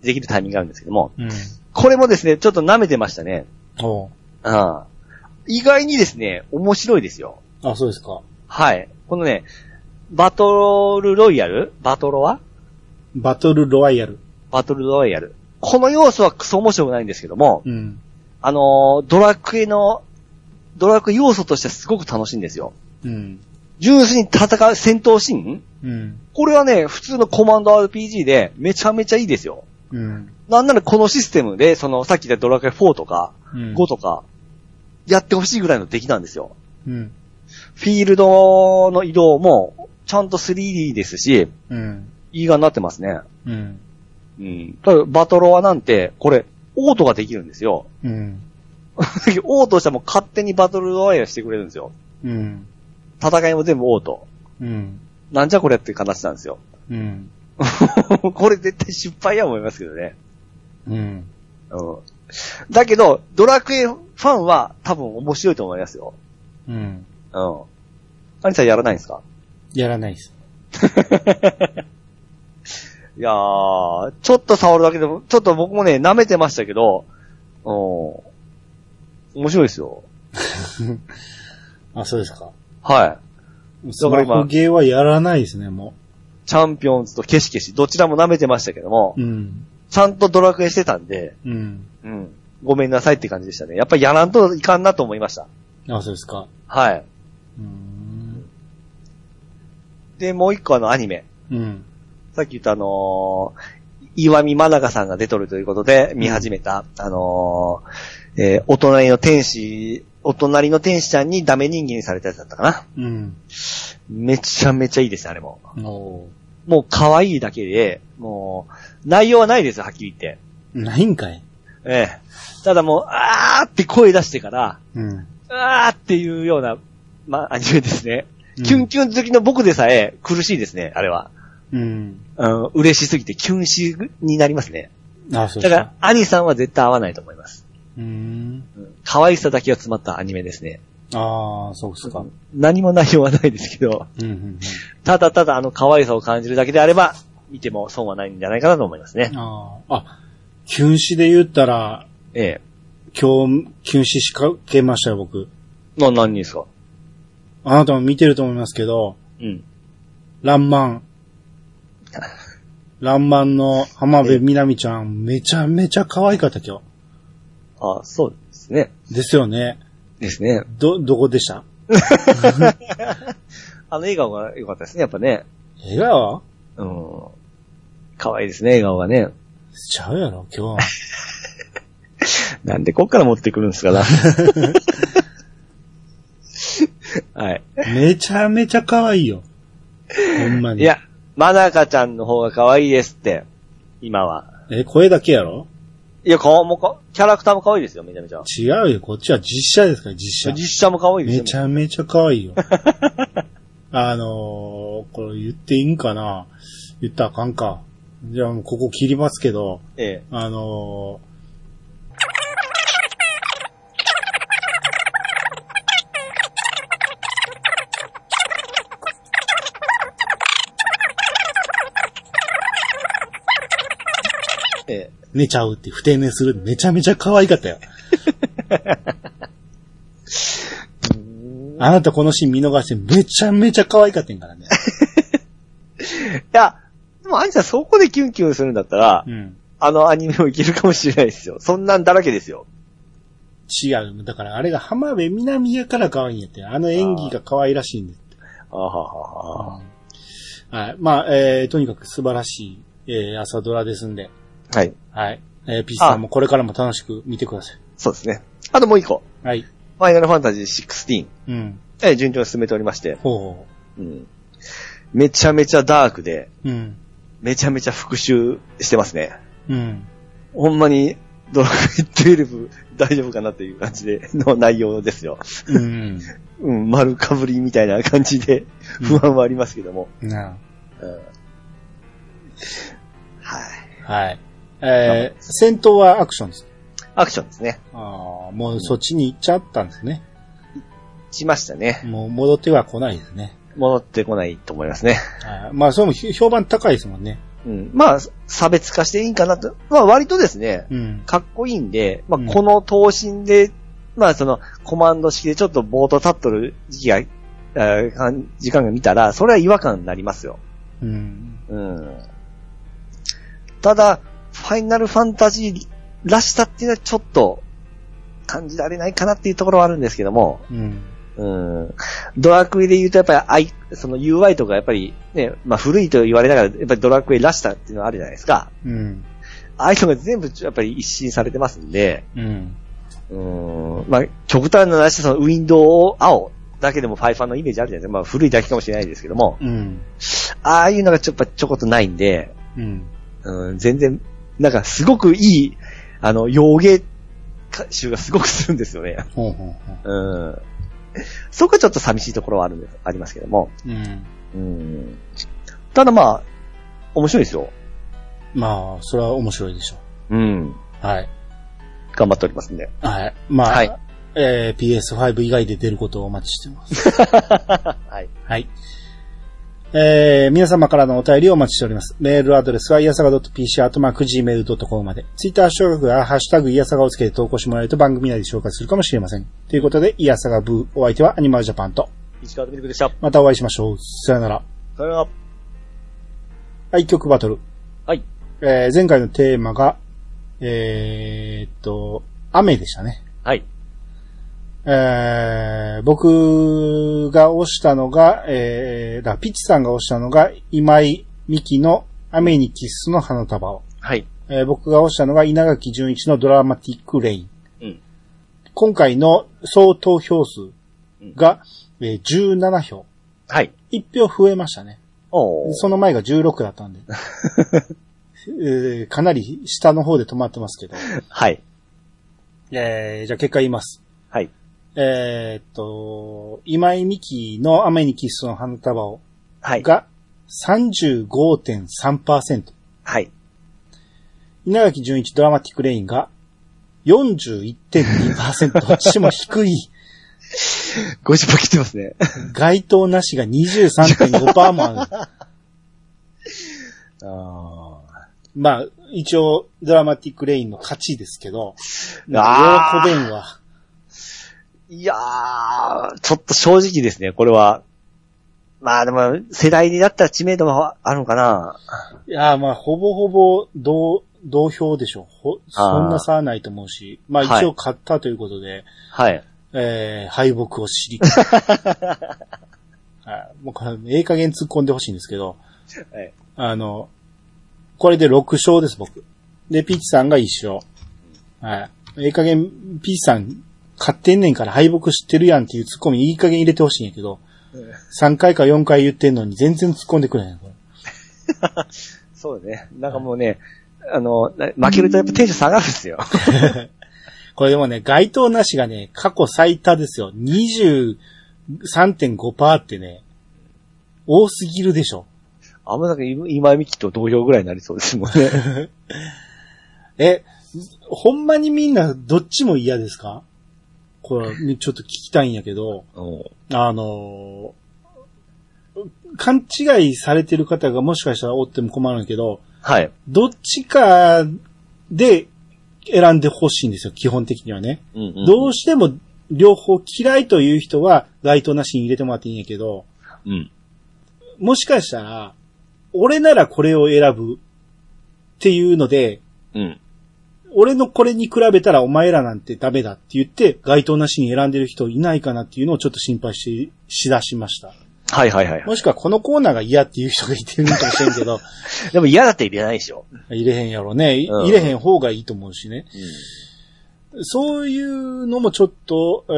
できるタイミングがあるんですけども、うん。これもですね、ちょっと舐めてましたね。おううん。意外にですね、面白いですよ。あ、そうですか。はい。このね、バトルロイヤルバトロワバトルロワイヤル。バトルロイヤル。この要素はクソ面白くないんですけども、うん。あのードラクエの、ドラクエ要素としてすごく楽しいんですよ。うん。純粋に戦う戦闘シーンうん。これはね、普通のコマンド RPG でめちゃめちゃいいですよ。うん。なんならこのシステムで、その、さっき言ったドラクエ4とか、うん。 5とか、やってほしいぐらいの出来なんですよ。うん。フィールドの移動も、ちゃんと 3D ですし、うん。いいがになってますね。うん。うん。ただ、バトロワなんて、これ、オートができるんですよ。 うん。オートしたらもう勝手にバトルロワイヤルしてくれるんですよ。うん。戦いも全部オート。うん。なんじゃこれっていう形なんですよ。 うん。これ絶対失敗や思いますけどね。うん。うん。だけど、ドラクエファンは多分面白いと思いますよ。うん。うん。アニさんやらないんですかやらないです。いやー、ちょっと触るだけでも、ちょっと僕もね、舐めてましたけど、うん。面白いですよ。あ、そうですか。はい。スマホゲーはやらないですね、もチャンピオンズとケシケシ、どちらも舐めてましたけども、う。うん。ちゃんとドラクエしてたんで、うん。うん。ごめんなさいって感じでしたね。やっぱりやらんといかんなと思いました。あ、そうですか。はい。うーん。で、もう一個あのアニメ。うん。さっき言ったあのー、岩見まなかさんが出とるということで見始めた、あのー、えーお隣の天使、お隣の天使ちゃんにダメ人間にされたやつだったかな。うん。めちゃめちゃいいですね、あれも。おーもう可愛いだけで、もう、内容はないですよ、はっきり言って。ないんかい。ええ。ただもう、あーって声出してから、うん。あーっていうような、まあ、アニメですね。うんキュンキュン好きの僕でさえ苦しいですね、あれは。うん。うん、嬉しすぎてキュンしになりますね。あ、そうですだか。、からアニさんは絶対合わないと思います。うーん。うん可愛さだけが詰まったアニメですね。ああ、そうですか。何も内容はないですけど、うんうんただただあの可愛さを感じるだけであれば、見ても損はないんじゃないかなと思いますうねん。。ああ。あ、休止で言ったら、ええ。今日、休止しかけましたよ、僕。な、何ですかあなたも見てると思いますけど、うん。ランマン。 ランマンの浜辺美波ちゃん、めちゃめちゃ可愛かった今あ、そうですね。日。ですよね。ですね。ど、どこでしたあの笑顔が良かったですね、やっぱね。笑顔うん。可愛いですね、笑顔がね。ちゃうやろ、今日。なんでこっから持ってくるんですかな。 はい。 めちゃめちゃ可愛いよ。ほんまに。い。や、まなかちゃんの方が可愛いですって、今は。え、声だけやろいや、顔もこ、キャラクターも可愛いですよ、めちゃめちゃ。違うよ、こっちは実写ですから、実写。実写も可愛いですめよ。ちゃめちゃ可愛いよ。あのー、これ言っていいんかな言ったらあかんか。じゃあもうここ切りますけど、えあのえ。ええ。ー、寝ちゃうって不定寝するめちゃめちゃ可愛かったよ。あなたこのシーン見逃してめちゃめちゃ可愛かったん からね。いや、でもアニさんそこでキュンキュンするんだったら、うん。あのアニメもいけるかもしれないですよ。そんなんだらけですよ。違う。だからあれが浜辺美波やから可愛いんやって。あの演技が可愛らしいんです。あはははは。あはい。まあ、えー、とにかく素晴らしい、えー、朝ドラですんで。はい。はい。えー、ピースさんもこれからも楽しく見てください。そうですね。あともう一個。はい。ファイナルファンタジー16。うん。え、順調に進めておりまして。ほうん。めちゃめちゃダークで、う。うん。めちゃめちゃ復讐してますね。うん。ほんまに、ドラクエ12大丈夫かなっていう感じで、の内容ですよ。うん。うん、丸かぶりみたいな感じで、不安はありますけども。なうん。はい。あはい。えー、戦闘はアクションです。アクションですね。ああ、もうそっちに行っちゃったんですね。しましたね。もう戻っては来ないですね。戻ってこないと思いますね。はい。まあ、それもひ評判高いですもんね。うん。まあ、差別化していいんかなと。まあ、割とですね、うん。かっこいいんで、まうんあ、この刀身で、まあ、その、コマンド式でちょっと冒頭立っとる時期が、えーかん時間が見たら、それは違和感になりますよ。うん。うん。ただ、ファイナルファンタジーらしさっていうのはちょっと、感じられないかなっていうところはあるんですけども、うん。うん。ドラクエで言うとやっぱりアイ、その UI とかやっぱりね、まあ古いと言われながら、やっぱりドラクエらしさっていうのはあるじゃないですか。うん。ああいうのが全部やっぱり一新されてますんで、うん。うーんまあ、極端な話、そのウィンドウを青だけでもファイファンのイメージあるじゃないですか。まあ、古いだけかもしれないですけども、うん。ああいうのがちょっとちょこっとないんで、うん。うん、全然、なんかすごくいい、あの、洋芸集がすごくするんですよね。ほうほうほうん。そこはちょっと寂しいところはあるんです、ありますけども。う。うん。うん。ただまあ、面白いですよ。まあ、それは面白いでしょうん。う。はい。頑張っておりますんで。はい。まあ、はいえー、PS5 以外で出ることをお待ちしてます。はい。はい。えー、皆様からのお便りをお待ちしております。メールアドレスは、いやさが .pc、あとまく gmail.com まで。ツイッター小学やハッシュタグ、いやさがをつけて投稿してもらえると番組内で紹介するかもしれません。ということで、いやさがブー、お相手はアニマルジャパンと。石川とみるくでした。またお会いしましょう。さよなら。さよなら。はい、曲バトル。はい。えー、前回のテーマが、えー、っと、雨でしたね。はい。えー僕が押したのが、えー、だピッチさんが押したのが、今井美希の雨にキッスの花束を。はい。えー僕が押したのが稲垣淳一のドラマティックレイン。うん今回の総投票数が、えー17票。はい。 1票増えましたね。おーその前が16だった んで。えーかなり下の方で止まってますけど。はい。えーじゃあ結果言います。はい。えーっと、今井美樹の雨にキスの花束をはい。が35.3%。はい。稲垣純一ドラマティックレインが41.2%。どっ ちも低い。 50%切ってますね。該当なしが23.5%もあ る。あまあ、一応ドラマティックレインの勝ちですけど、喜べんあーわ。いやー、ちょっと正直ですね、これは。まあでも、世代になったら知名度もあるのかな。いやーまあ、ほぼほぼ同、同票でしょう。ほそんな差はないと思うし、まあ一応勝ったということで、はい。えー、敗北を知り。 はいもうこれ、ええ加減突っ込んでほしいんですけど、はいあの、これで6勝です、僕。で、ピーチさんが1勝。はい。ええ加減、ピーチさん、勝ってんねんから敗北知ってるやんっていう突っ込み、いい加減入れてほしいんやけど、3回か4回言ってんのに全然突っ込んでくれへん。これそうだね。なんかもうね、あの、な負けるとやっぱテンション下がるんですよ。これでもね、該当なしがね、過去最多ですよ。23.5%ってね、多すぎるでしょ。 あんまなんか今みきと同様ぐらいになりそうですもん ね。え、ほんまにみんなどっちも嫌ですかこれ、ちょっと聞きたいんやけど、あのー勘違いされてる方がもしかしたらおっても困るんやけど、はい。どっちかで選んでほしいんですよ、基本的にはね。うんうんどうしても両方嫌いという人は該当なしに入れてもらっていいんやけど、うん。もしかしたら、俺ならこれを選ぶっていうので、うん。俺のこれに比べたらお前らなんてダメだって言って、該当なしに選んでる人いないかなっていうのをちょっと心配し、しだしました。はいはいはい。もしくはこのコーナーが嫌っていう人がいてるのかもしれんけど、でも嫌だって入れないでしょ。 入れへんやろね。いうん入れへん方がいいと思うしね。うん。そういうのもちょっと、え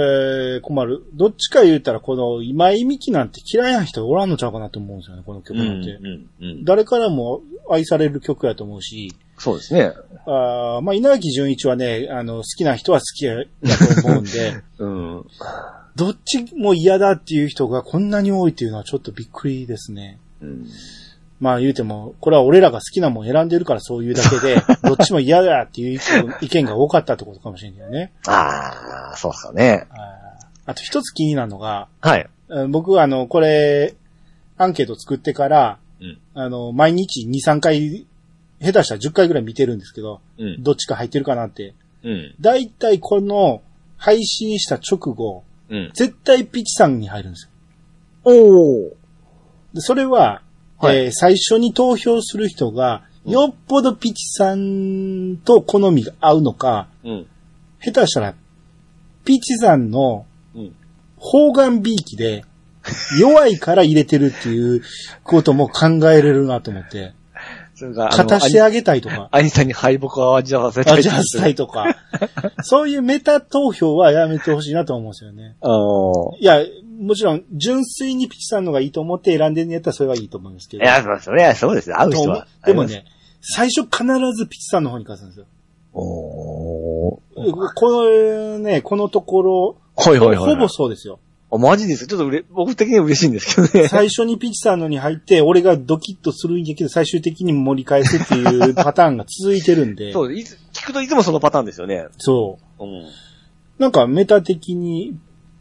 ー、困る。どっちか言うたら、この今井美樹なんて嫌いな人おらんのちゃうかなと思うんですよね、この曲なんて。うんうん。誰からも愛される曲やと思うし、そうです。ね。あーまあ、稲垣純一はね、あの、好きな人は好きやと思うん で、うん。どっちも嫌だっていう人がこんなに多いっていうのはちょっとびっくりですね。うん。まあ言うても、これは俺らが好きなもん選んでるからそういうだけ で、どっちも嫌だっていう意見意見が多かったってことかもしれんけどね。ああ、そうっすかね。あーあと一つ気になるのが、はい。うん僕はあの、これ、アンケート作ってから、うんあの、毎日2、3回、下手したら10回ぐらい見てるんですけど、うん。どっちか入ってるかなって。うん。だいたいこの配信した直後、うん。絶対ピチさんに入るんですよ。おー。でそれは、はいえー最初に投票する人が、うんよっぽどピチさんと好みが合うのか、うん。下手したら、ピチさんのうん。方眼びいき で、弱いから入れてるっていうことも考えれるなと思って、それが、勝たしてあげたいとか、アニさんに敗北を味わわせたい。味わわせたいと か、そういうメタ投票はやめてほしいなと思うんですよね。あー。いや、もちろん、純粋にピチさんのがいいと思って選んでんのやったらそれはいいと思うんですけいど。や、そうそれはそうですね。会うと人思うは。でも。ね、最初必ずピチさんの方に勝つんですよ。おー。このね、このところ、はいはいはい。ほぼそうですよ。あ、マジですよちょっとうれ、僕的には嬉しいんですけどね。最初にピチさんのに入って、俺がドキッとするんやけど、最終的に盛り返すっていうパターンが続いてるんで。 そう、いつ、聞くといつもそのパターンですよね。そう。うん。なんかメタ的に、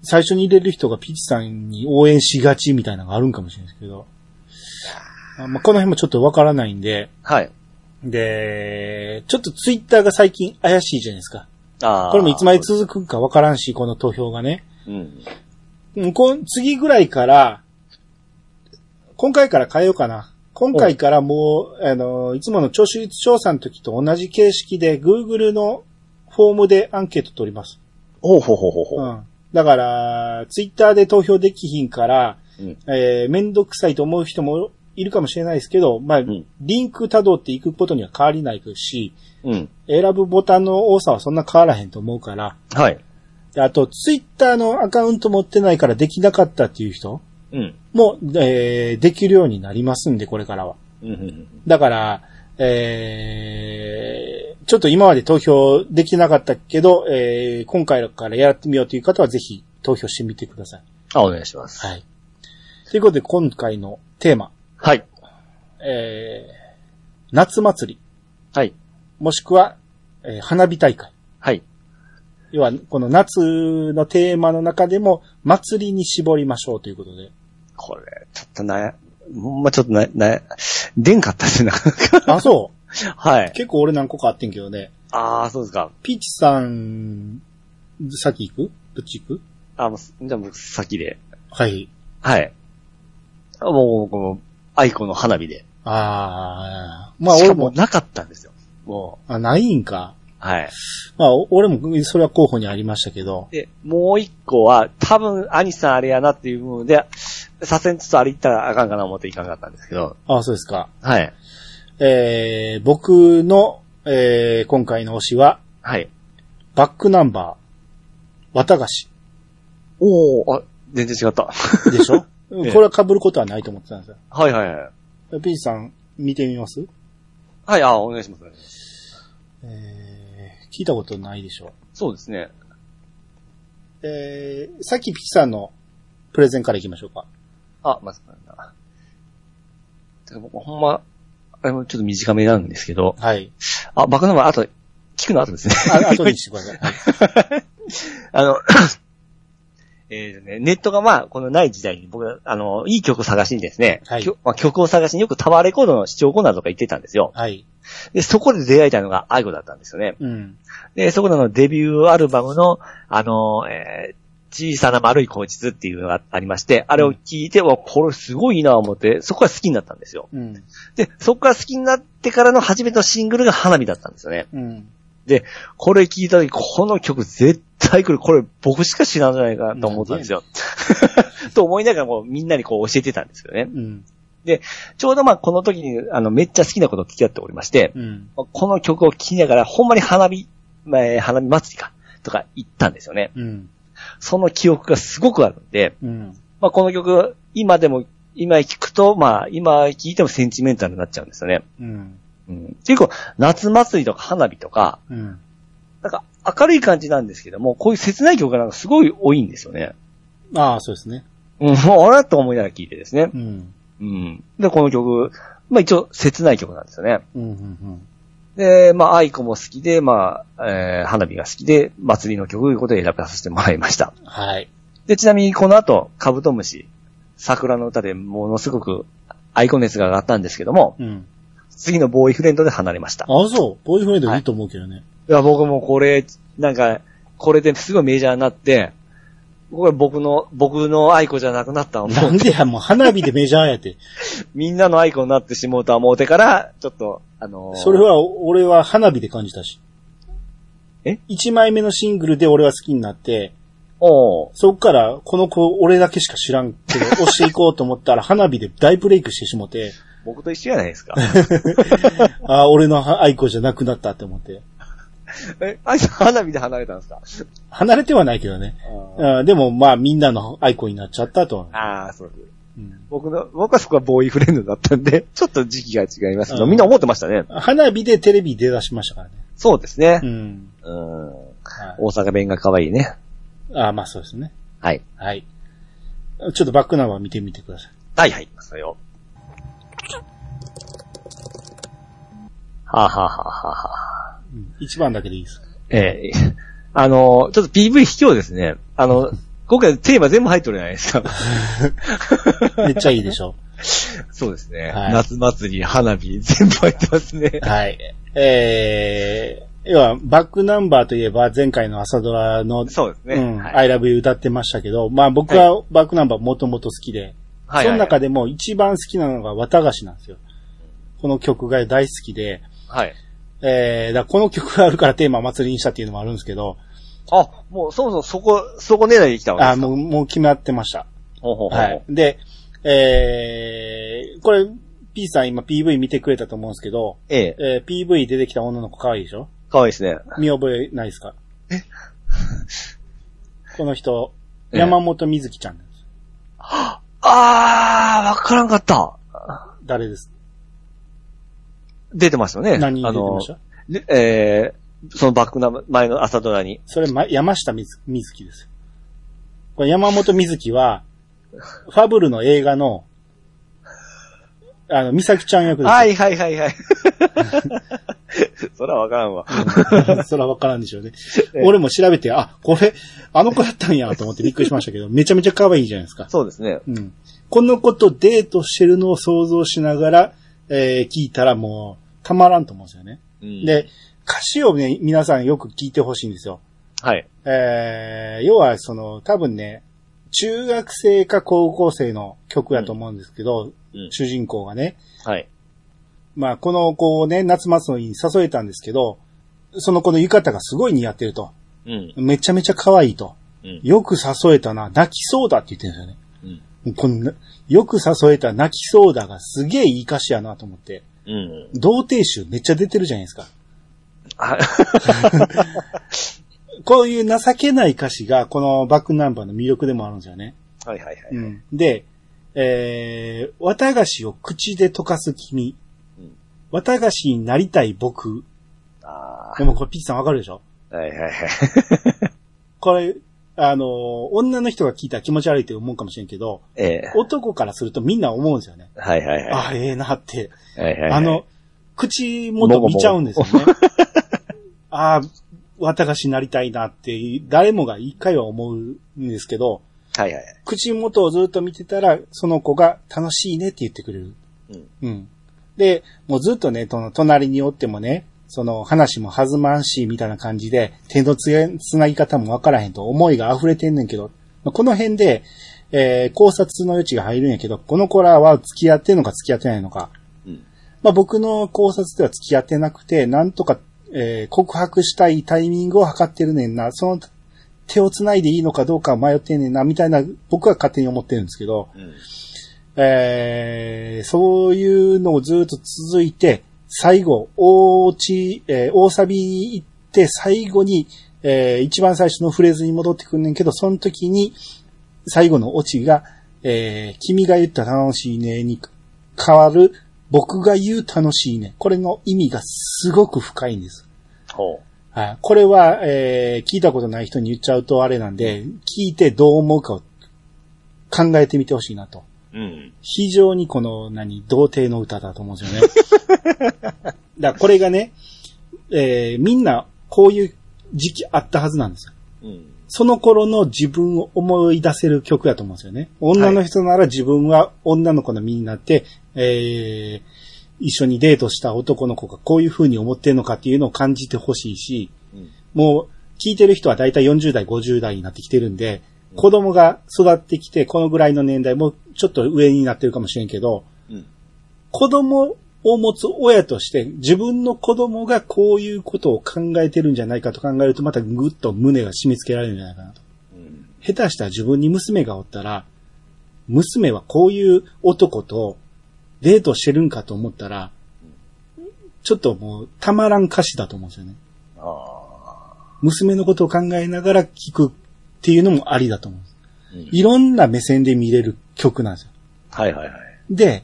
最初に入れる人がピチさんに応援しがちみたいなのがあるんかもしれないですけど。あまあ、この辺もちょっとわからないんで。はい。で、ちょっとツイッターが最近怪しいじゃないですか。ああ。これもいつまで続くかわからんし、この投票がね。うん。うん、こん次ぐらいから、今回から変えようかな。今回からもう、あの、いつもの聴取率調査の時と同じ形式で Google のフォームでアンケート取ります。ほうほうほうほううほう。ん。だから、Twitter で投票できひんから、うんえー、めんどくさいと思う人もいるかもしれないですけど、まあ、んリンク辿っていくことには変わりないし、うん。選ぶボタンの多さはそんな変わらへんと思うから、はい。であと、ツイッターのアカウント持ってないからできなかったっていう人うん。も、えーできるようになりますんで、これからは。うんうんうん。だから、えーちょっと今まで投票できなかったけど、えー今回からやってみようという方はぜひ投票してみてください。あ、お願いします。はい。ということで、今回のテーマ、はい。えー夏祭り、はい。もしくは、えー花火大会。はい。要は、この夏のテーマの中でも、祭りに絞りましょうということ で。これ、ちょっとな、ほんまちょっとな、な、出んかったっす ねなかなか。あ、そう。はい。結構俺何個かあってんけどね。ああ、そうですか。ピーチさん、先行くどっち行くあもう、じゃあ僕、先で。はい。はい。あもう、この、アイコンの花火で。あー。まあし俺かもも、なかったんですよ。もあ、ないんか。う、はい。まあお俺もそれは候補にありましたけど。で、もう一個は、多分、兄さんあれやなっていう部分で、左遷ちょっとあれ行ったらあかんかな思っていかんかったんですけど、あそうですか。はい。えー、僕の、えー、今回の推しは、はい。バックナンバー、綿菓子おおあ、全然違った。でし ょこええれは被ることはないと思ってたんですよ。はいはいはい。ピーチさん、見てみますはい、あお願いします。えー聞いたことないでしょそうですね。う。えー、さっきピチさんのプレゼンからいきましょうか。あ、まずなんだ。てか僕、ほんま、あれもちょっと短めなんですけど、はい。あ、バカなまあと、聞くの後ですね。 あ、後にしてください。はいあの、 えーとね、ネットがまあ、このない時代に僕、あの、いい曲を探しにですね、はいきょまあ、曲を探しによくタワーレコードの視聴コーナーとか行ってたんですよ。はい。で、そこで出会えたのがアイゴだったんですよね。うん。で、そこであのデビューアルバムの、あの、えー小さな丸い口実っていうのがありまして、あれを聞いて、わ、これすごいなぁ思って、そこが好きになったんですよ。うん。で、そこが好きになってからの初めてのシングルが花火だったんですよね。うん。これ聞いた時、この曲絶サイクルこれ僕しか知らんじゃないかなと思ったんですよ。と思いながらもうみんなにこう教えてたんですよね。うん。ちょうどまあこの時にあのめっちゃ好きなことを聞き合っておりまして、うん。この曲を聴きながらほんまに花火、まあえー花火祭りか、とか行ったんですよね。うん。その記憶がすごくあるんで、うん。まあこの曲、今でも、今聞くと、まあ今聞いてもセンチメンタルになっちゃうんですよね。うん。うん。結構、夏祭りとか花火とか、うん。なんか明るい感じなんですけども、こういう切ない曲がなんかすごい多いんですよね。ああ、そうですね。うん、もうあれと思いながら聞いてですね。うん。うん。で、この曲、まあ一応切ない曲なんですよね。うん。うん。で、まあ、愛子も好きで、まあ、えー花火が好きで、祭りの曲ということで選ばさせてもらいました。うん。はい。で、ちなみにこの後、カブトムシ、桜の歌でものすごく愛子熱が上がったんですけども、うん。次のボーイフレンドで離れました。ああ、そう。ボーイフレンドいいと思うけどね。いや、僕もこれ、なんか、これですごいメジャーになって、これ僕の、僕の愛子じゃなくなったの。なんでや、もう花火でメジャーやって。みんなの愛子になってしもうとは思うてから、ちょっと、あのーそれは、俺は花火で感じたし。え ?1 枚目のシングルで俺は好きになって、おうそっから、この子、俺だけしか知らんけど、 押していこうと思ったら、花火で大ブレイクしてしもて、僕と一緒じゃな いですか。ああ、俺の愛子じゃなくなったって思って。え、愛子花火で離れたんですか離れてはないけどね。あーでも、まあ、みんなの愛子になっちゃったとは。ああ、そうです。うん僕の、僕はそこはボーイフレンドだったんで、ちょっと時期が違いますけど、うんみんな思ってましたね。花火でテレビ出だしましたからね。そうですねう。ん。うん。はい大阪弁が可愛いね。ああ、まあそうですね。はい。はい。ちょっとバックナンバー見てみてください。はいはい。そうよ。はあ、はあはあはあはあ、うん、1番だけでいいです。ええ あの、ちょっと PV 卑怯ですね。あ の、今回テーマ全部入ってるじゃない ですか。めっちゃいいでしょ。そうですね。はい夏祭り、花火、全部入ってますね。 はい。えー、要は、バックナンバーといえば、前回の朝ドラの、そうですね。うん、は I い。love you 歌ってましたけど、まあ僕はバックナンバーもともと好きで、はいその中で。でも一番好きなのが綿菓子なんですよ。この曲が大好きで、はい。えー、だからこの曲があるからテーマ祭りにしたっていうのもあるんですけど、あ、もうそもそもそこ、そこ狙いできたわけであすかもう、もう決まってました。ほうほうほうはい。で、えー、これ、P さん今 PV 見てくれたと思うんですけど、ええ。えー、PV 出てきた女の子可愛いでしょかわいいですね。見覚えないですかえ この人、ええ山本瑞希ちゃんです。あー、わからんかった。誰です出てましたよね。何に出てましたあのえー、そのバックナム、前の朝ドラに。それ、ま、山下みずみずきです。これ山本みずきは、ファブルの映画の、あの、みさきちゃん役です。はいはいはい はい。そらわからんわ。 それはわからんでしょうねえ。え俺も調べて、あ、これ、あの子だったんやと思ってびっくりしましたけど、めちゃめちゃ可愛いじゃないですか。そうですね。うん。この子とデートしてるのを想像しながら、えー聞いたらもう、たまらんと思うんですよね。うん、で、歌詞をね、皆さんよく聞いてほしいんですよ。はい。えー要はその、多分ね、中学生か高校生の曲やと思うんですけど、うん主人公がね、はい。まあこの子をね、夏祭りに誘えたんですけど、その子の浴衣がすごい似合ってると。うん。めちゃめちゃ可愛いと。うんよく誘えたな、泣きそうだって言ってるんですよね。うん。もうこんな、よく誘えた泣きそうだがすげえいい歌詞やなと思って。うん。童貞集めっちゃ出てるじゃないですか。あこういう情けない歌詞がこのバックナンバーの魅力でもあるんですよね。はいはいはい。うんで、えー、綿菓子を口で溶かす君うん。綿菓子になりたい僕。あでもこれピッチさんわかるでしょあ。はいはいはい。これ、あのー女の人が聞いたら気持ち悪いって思うかもしれんけど、ええ。男からするとみんな思うんですよね。はいはいはああ、ええなって。い。はいはいはいあ、の、口元見ちゃうんですよね。 ああ、綿菓子になりたいなって、誰もが一回は思うんですけど、はいはい。口元をずっと見てたら、その子が楽しいねって言ってくれる。うん。うん。で、もうずっとね、その隣におってもね、その話も弾まんし、みたいな感じで、手のつやつなぎ方もわからへんと思いが溢れてんねんけど、まあこの辺で、えー考察の余地が入るんやけど、この子らは付き合ってんのか付き合ってないのか。うん。まあ僕の考察では付き合ってなくて、なんとか、えー告白したいタイミングを測ってるねんな。その手を繋いでいいのかどうか迷ってんねんな、みたいな、僕は勝手に思ってるんですけど、うん。えーそういうのをずっと続いて、最後、大ち、えー大サビに行って、最後に、えー一番最初のフレーズに戻ってくんねんけど、その時に、最後のオチが、えー君が言った楽しいねに変わる、僕が言う楽しいね。これの意味がすごく深いんです。ほはい。これは、えー聞いたことない人に言っちゃうとあれなんで、聞いてどう思うかを考えてみてほしいなと。う。うん。非常にこの、何、童貞の歌だと思うんですよね。 だからこれがね、えーみんなこういう時期あったはずなんですよ。うん。その頃の自分を思い出せる曲やと思うんですよね。女の人なら自分は女の子の身になって、えー一緒にデートした男の子がこういう風に思ってるのかっていうのを感じてほしいし、うんもう聞いてる人はだいたい40代、50代になってきてるんで、子供が育ってきて、このぐらいの年代もうちょっと上になってるかもしれんけど、うん。子供を持つ親として自分の子供がこういうことを考えてるんじゃないかと考えるとまたぐっと胸が締め付けられるんじゃないかなと。うん。下手したら自分に娘がおったら、娘はこういう男とデートしてるんかと思ったら、ちょっともうたまらん歌詞だと思うんですよね。ああ。娘のことを考えながら聴くっていうのもありだと思うんです。うんいろんな目線で見れる曲なんですよ。はいはいはい。で、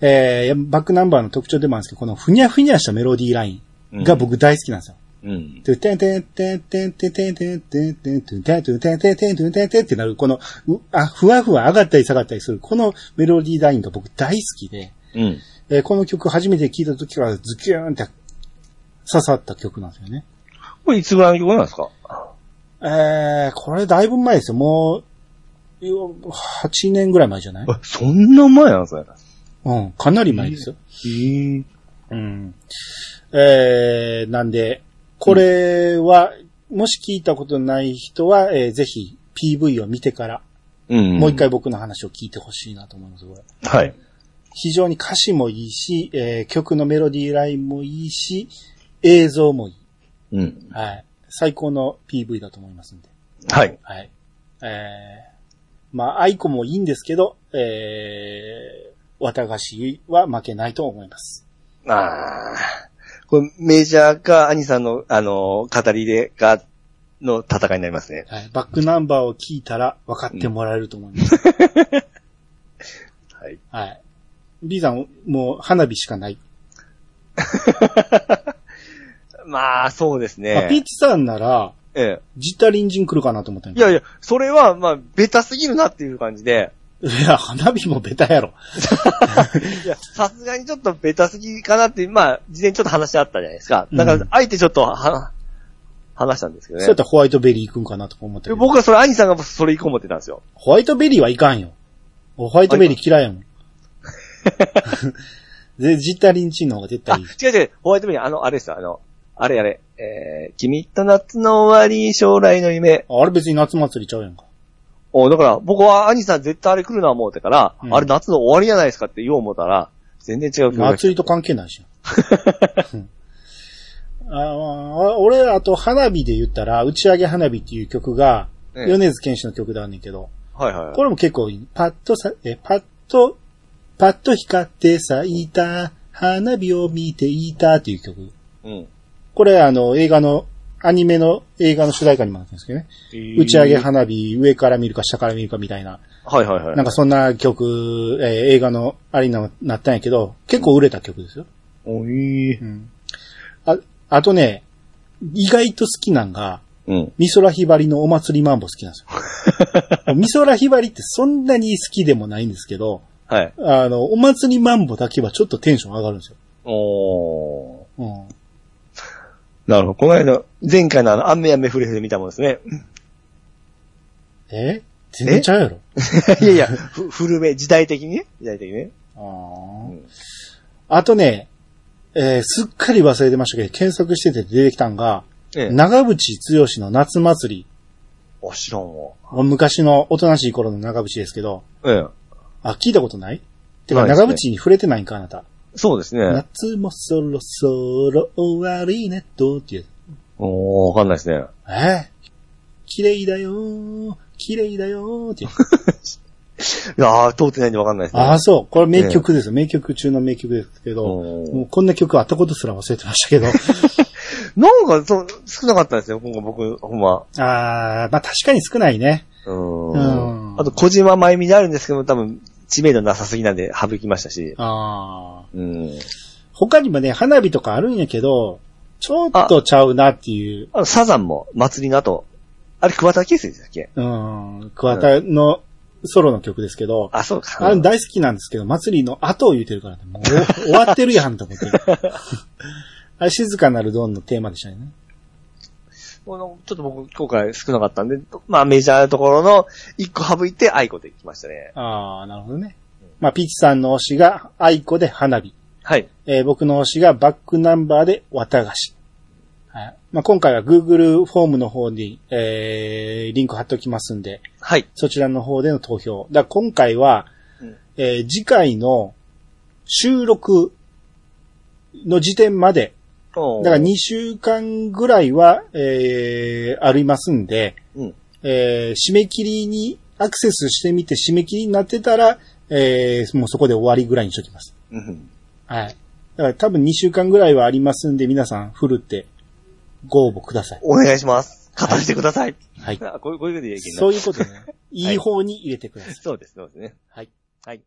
えー、バックナンバーの特徴でもあるんですけど、このふにゃふにゃしたメロディーラインが僕大好きなんですよ。うん。トゥテンテンテンテンテンテンテンテンテンテンテンテンテンテンテンテンテンテンってなる、この、うあ、ふわふわ上がったり下がったりする、このメロディーラインが僕大好きで、うん。えーこの曲初めて聴いた時からズキューンって刺さった曲なんですよね。これいつぐらいの曲なんですかえー、これだいぶ前ですよ。もう、よ8年ぐらい前じゃないえそんな前なんですね。うん、かなり前ですよ。へえ。うん。えー、なんで、これは、もし聞いたことない人は、えーぜひ PV を見てから、うん。もう一。回僕の話を聞いてほしいなと思います、これ。はい。非常に歌詞もいいし、えー曲のメロディーラインもいいし、映像もいい。うん。はい。最高の PV だと思いますんで。はい。はい。えー、まあ、アイコもいいんですけど、えー、綿菓子は負けないと思います。ああ。これメジャーか、兄さんの、あのー、語りで、が、の戦いになりますね。はい。バックナンバーを聞いたら分かってもらえると思います。 はい。はい。B さん、もう花火しかない。まあ、そうですまあ、ピーね。チさんなら、えジッタリンジン来るかなと思ったんえ。いややいや、それは、まあ、ベタすぎるなっていう感じで、いや、花火もベタやろ。いや、さすがにちょっとベタすぎかなって、まあ、事前にちょっと話し合ったじゃないですか。だかうらん、あえてちょっとは、は、話したんですけどそうやっね。たらホワイトベリー行くんかなとか思ったけでど。僕はそれ、兄さんがそれ以降思ってたんですよ。ホワイトベリーはいかんよ。俺ホワイトベリー嫌いや もん。で、ジッタリンチンの方が絶あ、対いい。違う違う、ホワイトベリー、あの、あれですよ、あの、あれあれ、えー、君と夏の終わり、将来の夢。あれ別に夏祭りちゃうやんか。おだから、僕は兄さん絶対あれ来るな思うてから、うんあれ夏の終わりじゃないですかって言おう思ったら、全然違う曲が祭りと関係ないし。うんあー俺、あと花火で言ったら、打ち上げ花火っていう曲が、ええ米津玄師の曲であんねんけど、はいはいはい。これも結構いい。パッとさ、え、パッと、パッと光って咲いた、花火を見ていたっていう曲。うん。これあの、映画の、アニメの映画の主題歌にもなってるんですけどね。打ち上げ花火、上から見るか下から見るかみたいな。はいはいはい。なんかそんな曲、えー映画のありな、なったんやけど、結構売れた曲ですよ。おいうん。あ、あとね、意外と好きなんが、うん。美空ひばりのお祭りマンボ好きなん ですよ。美空ひばりってそんなに好きでもないんですけど、はい。あの、お祭りマンボだけはちょっとテンション上がるんですよ。おー。うん。なるほど。この間、前回のあの、雨雨降れ降れ見たもんです ね。え全然ちゃうやろ。いやいや、 ふ古め、時代的にね。時代的にね。あうーんあとね、えーすっかり忘れてましたけど、検索してて出てきたんが、ええ。長渕剛の夏祭り。お、知らんわ。昔のおとなしい頃の長渕ですけど、ええ。あ、聞いたことないてか、ないです長ね渕に触れてないんか、あなた。そうですね。夏もそろそろ終わりね、どうっていう。おー、わかんないですね。えー綺麗だよー、綺麗だよー って。いやー、通ってないんでわかんないですね。ああ、そう。これ名曲ですよ。名曲中の名曲ですけど、うんもうこんな曲あったことすら忘れてましたけ ど。なんか、そう、少なかったんですよ、今後僕、ほんま。ああ、まあ確かに少ないね。うん。うんあと、小島真由美であるんですけど、多分、知名度なさすぎなんで省きましたし。ああ。うん。他にもね、花火とかあるんやけど、ちょっとちゃうなっていう。あの、サザンも、祭りの後、あれ、桑田佳祐でしたっけうん。桑田のソロの曲ですけど、あ、そうか。あれ大好きなんですけど、祭りの後を言うてるからね、もうお 終わってるやんと 思って。あれ静かなるドンのテーマでしたよね。このちょっと僕、今回少なかったんで、まあ、メジャーなところの、一個省いて、アイコで行きましたね。ああ、なるほどね。まあ、ピーチさんの推しが愛子で花火。はい。えー僕の推しがバックナンバーで綿菓子。はい。まあ、今回は Google フォームの方に、えー、リンク貼っておきますんで、はい。そちらの方での投票。だから今回は、うんえー次回の収録の時点まで、だだから2週間ぐらいは、えー、ありますんで、うんえー締め切りにアクセスしてみて締め切りになってたら、えーもうそこで終わりぐらいにしときます。うん。はい。だから多分2週間ぐらいはありますんで、皆さん、フルってご応募ください。お願いします。勝たせてください。はい。あこういう、こういうことでいいけどそういうことね。いい方に入れてください。そうです、そうですね。はい。はい。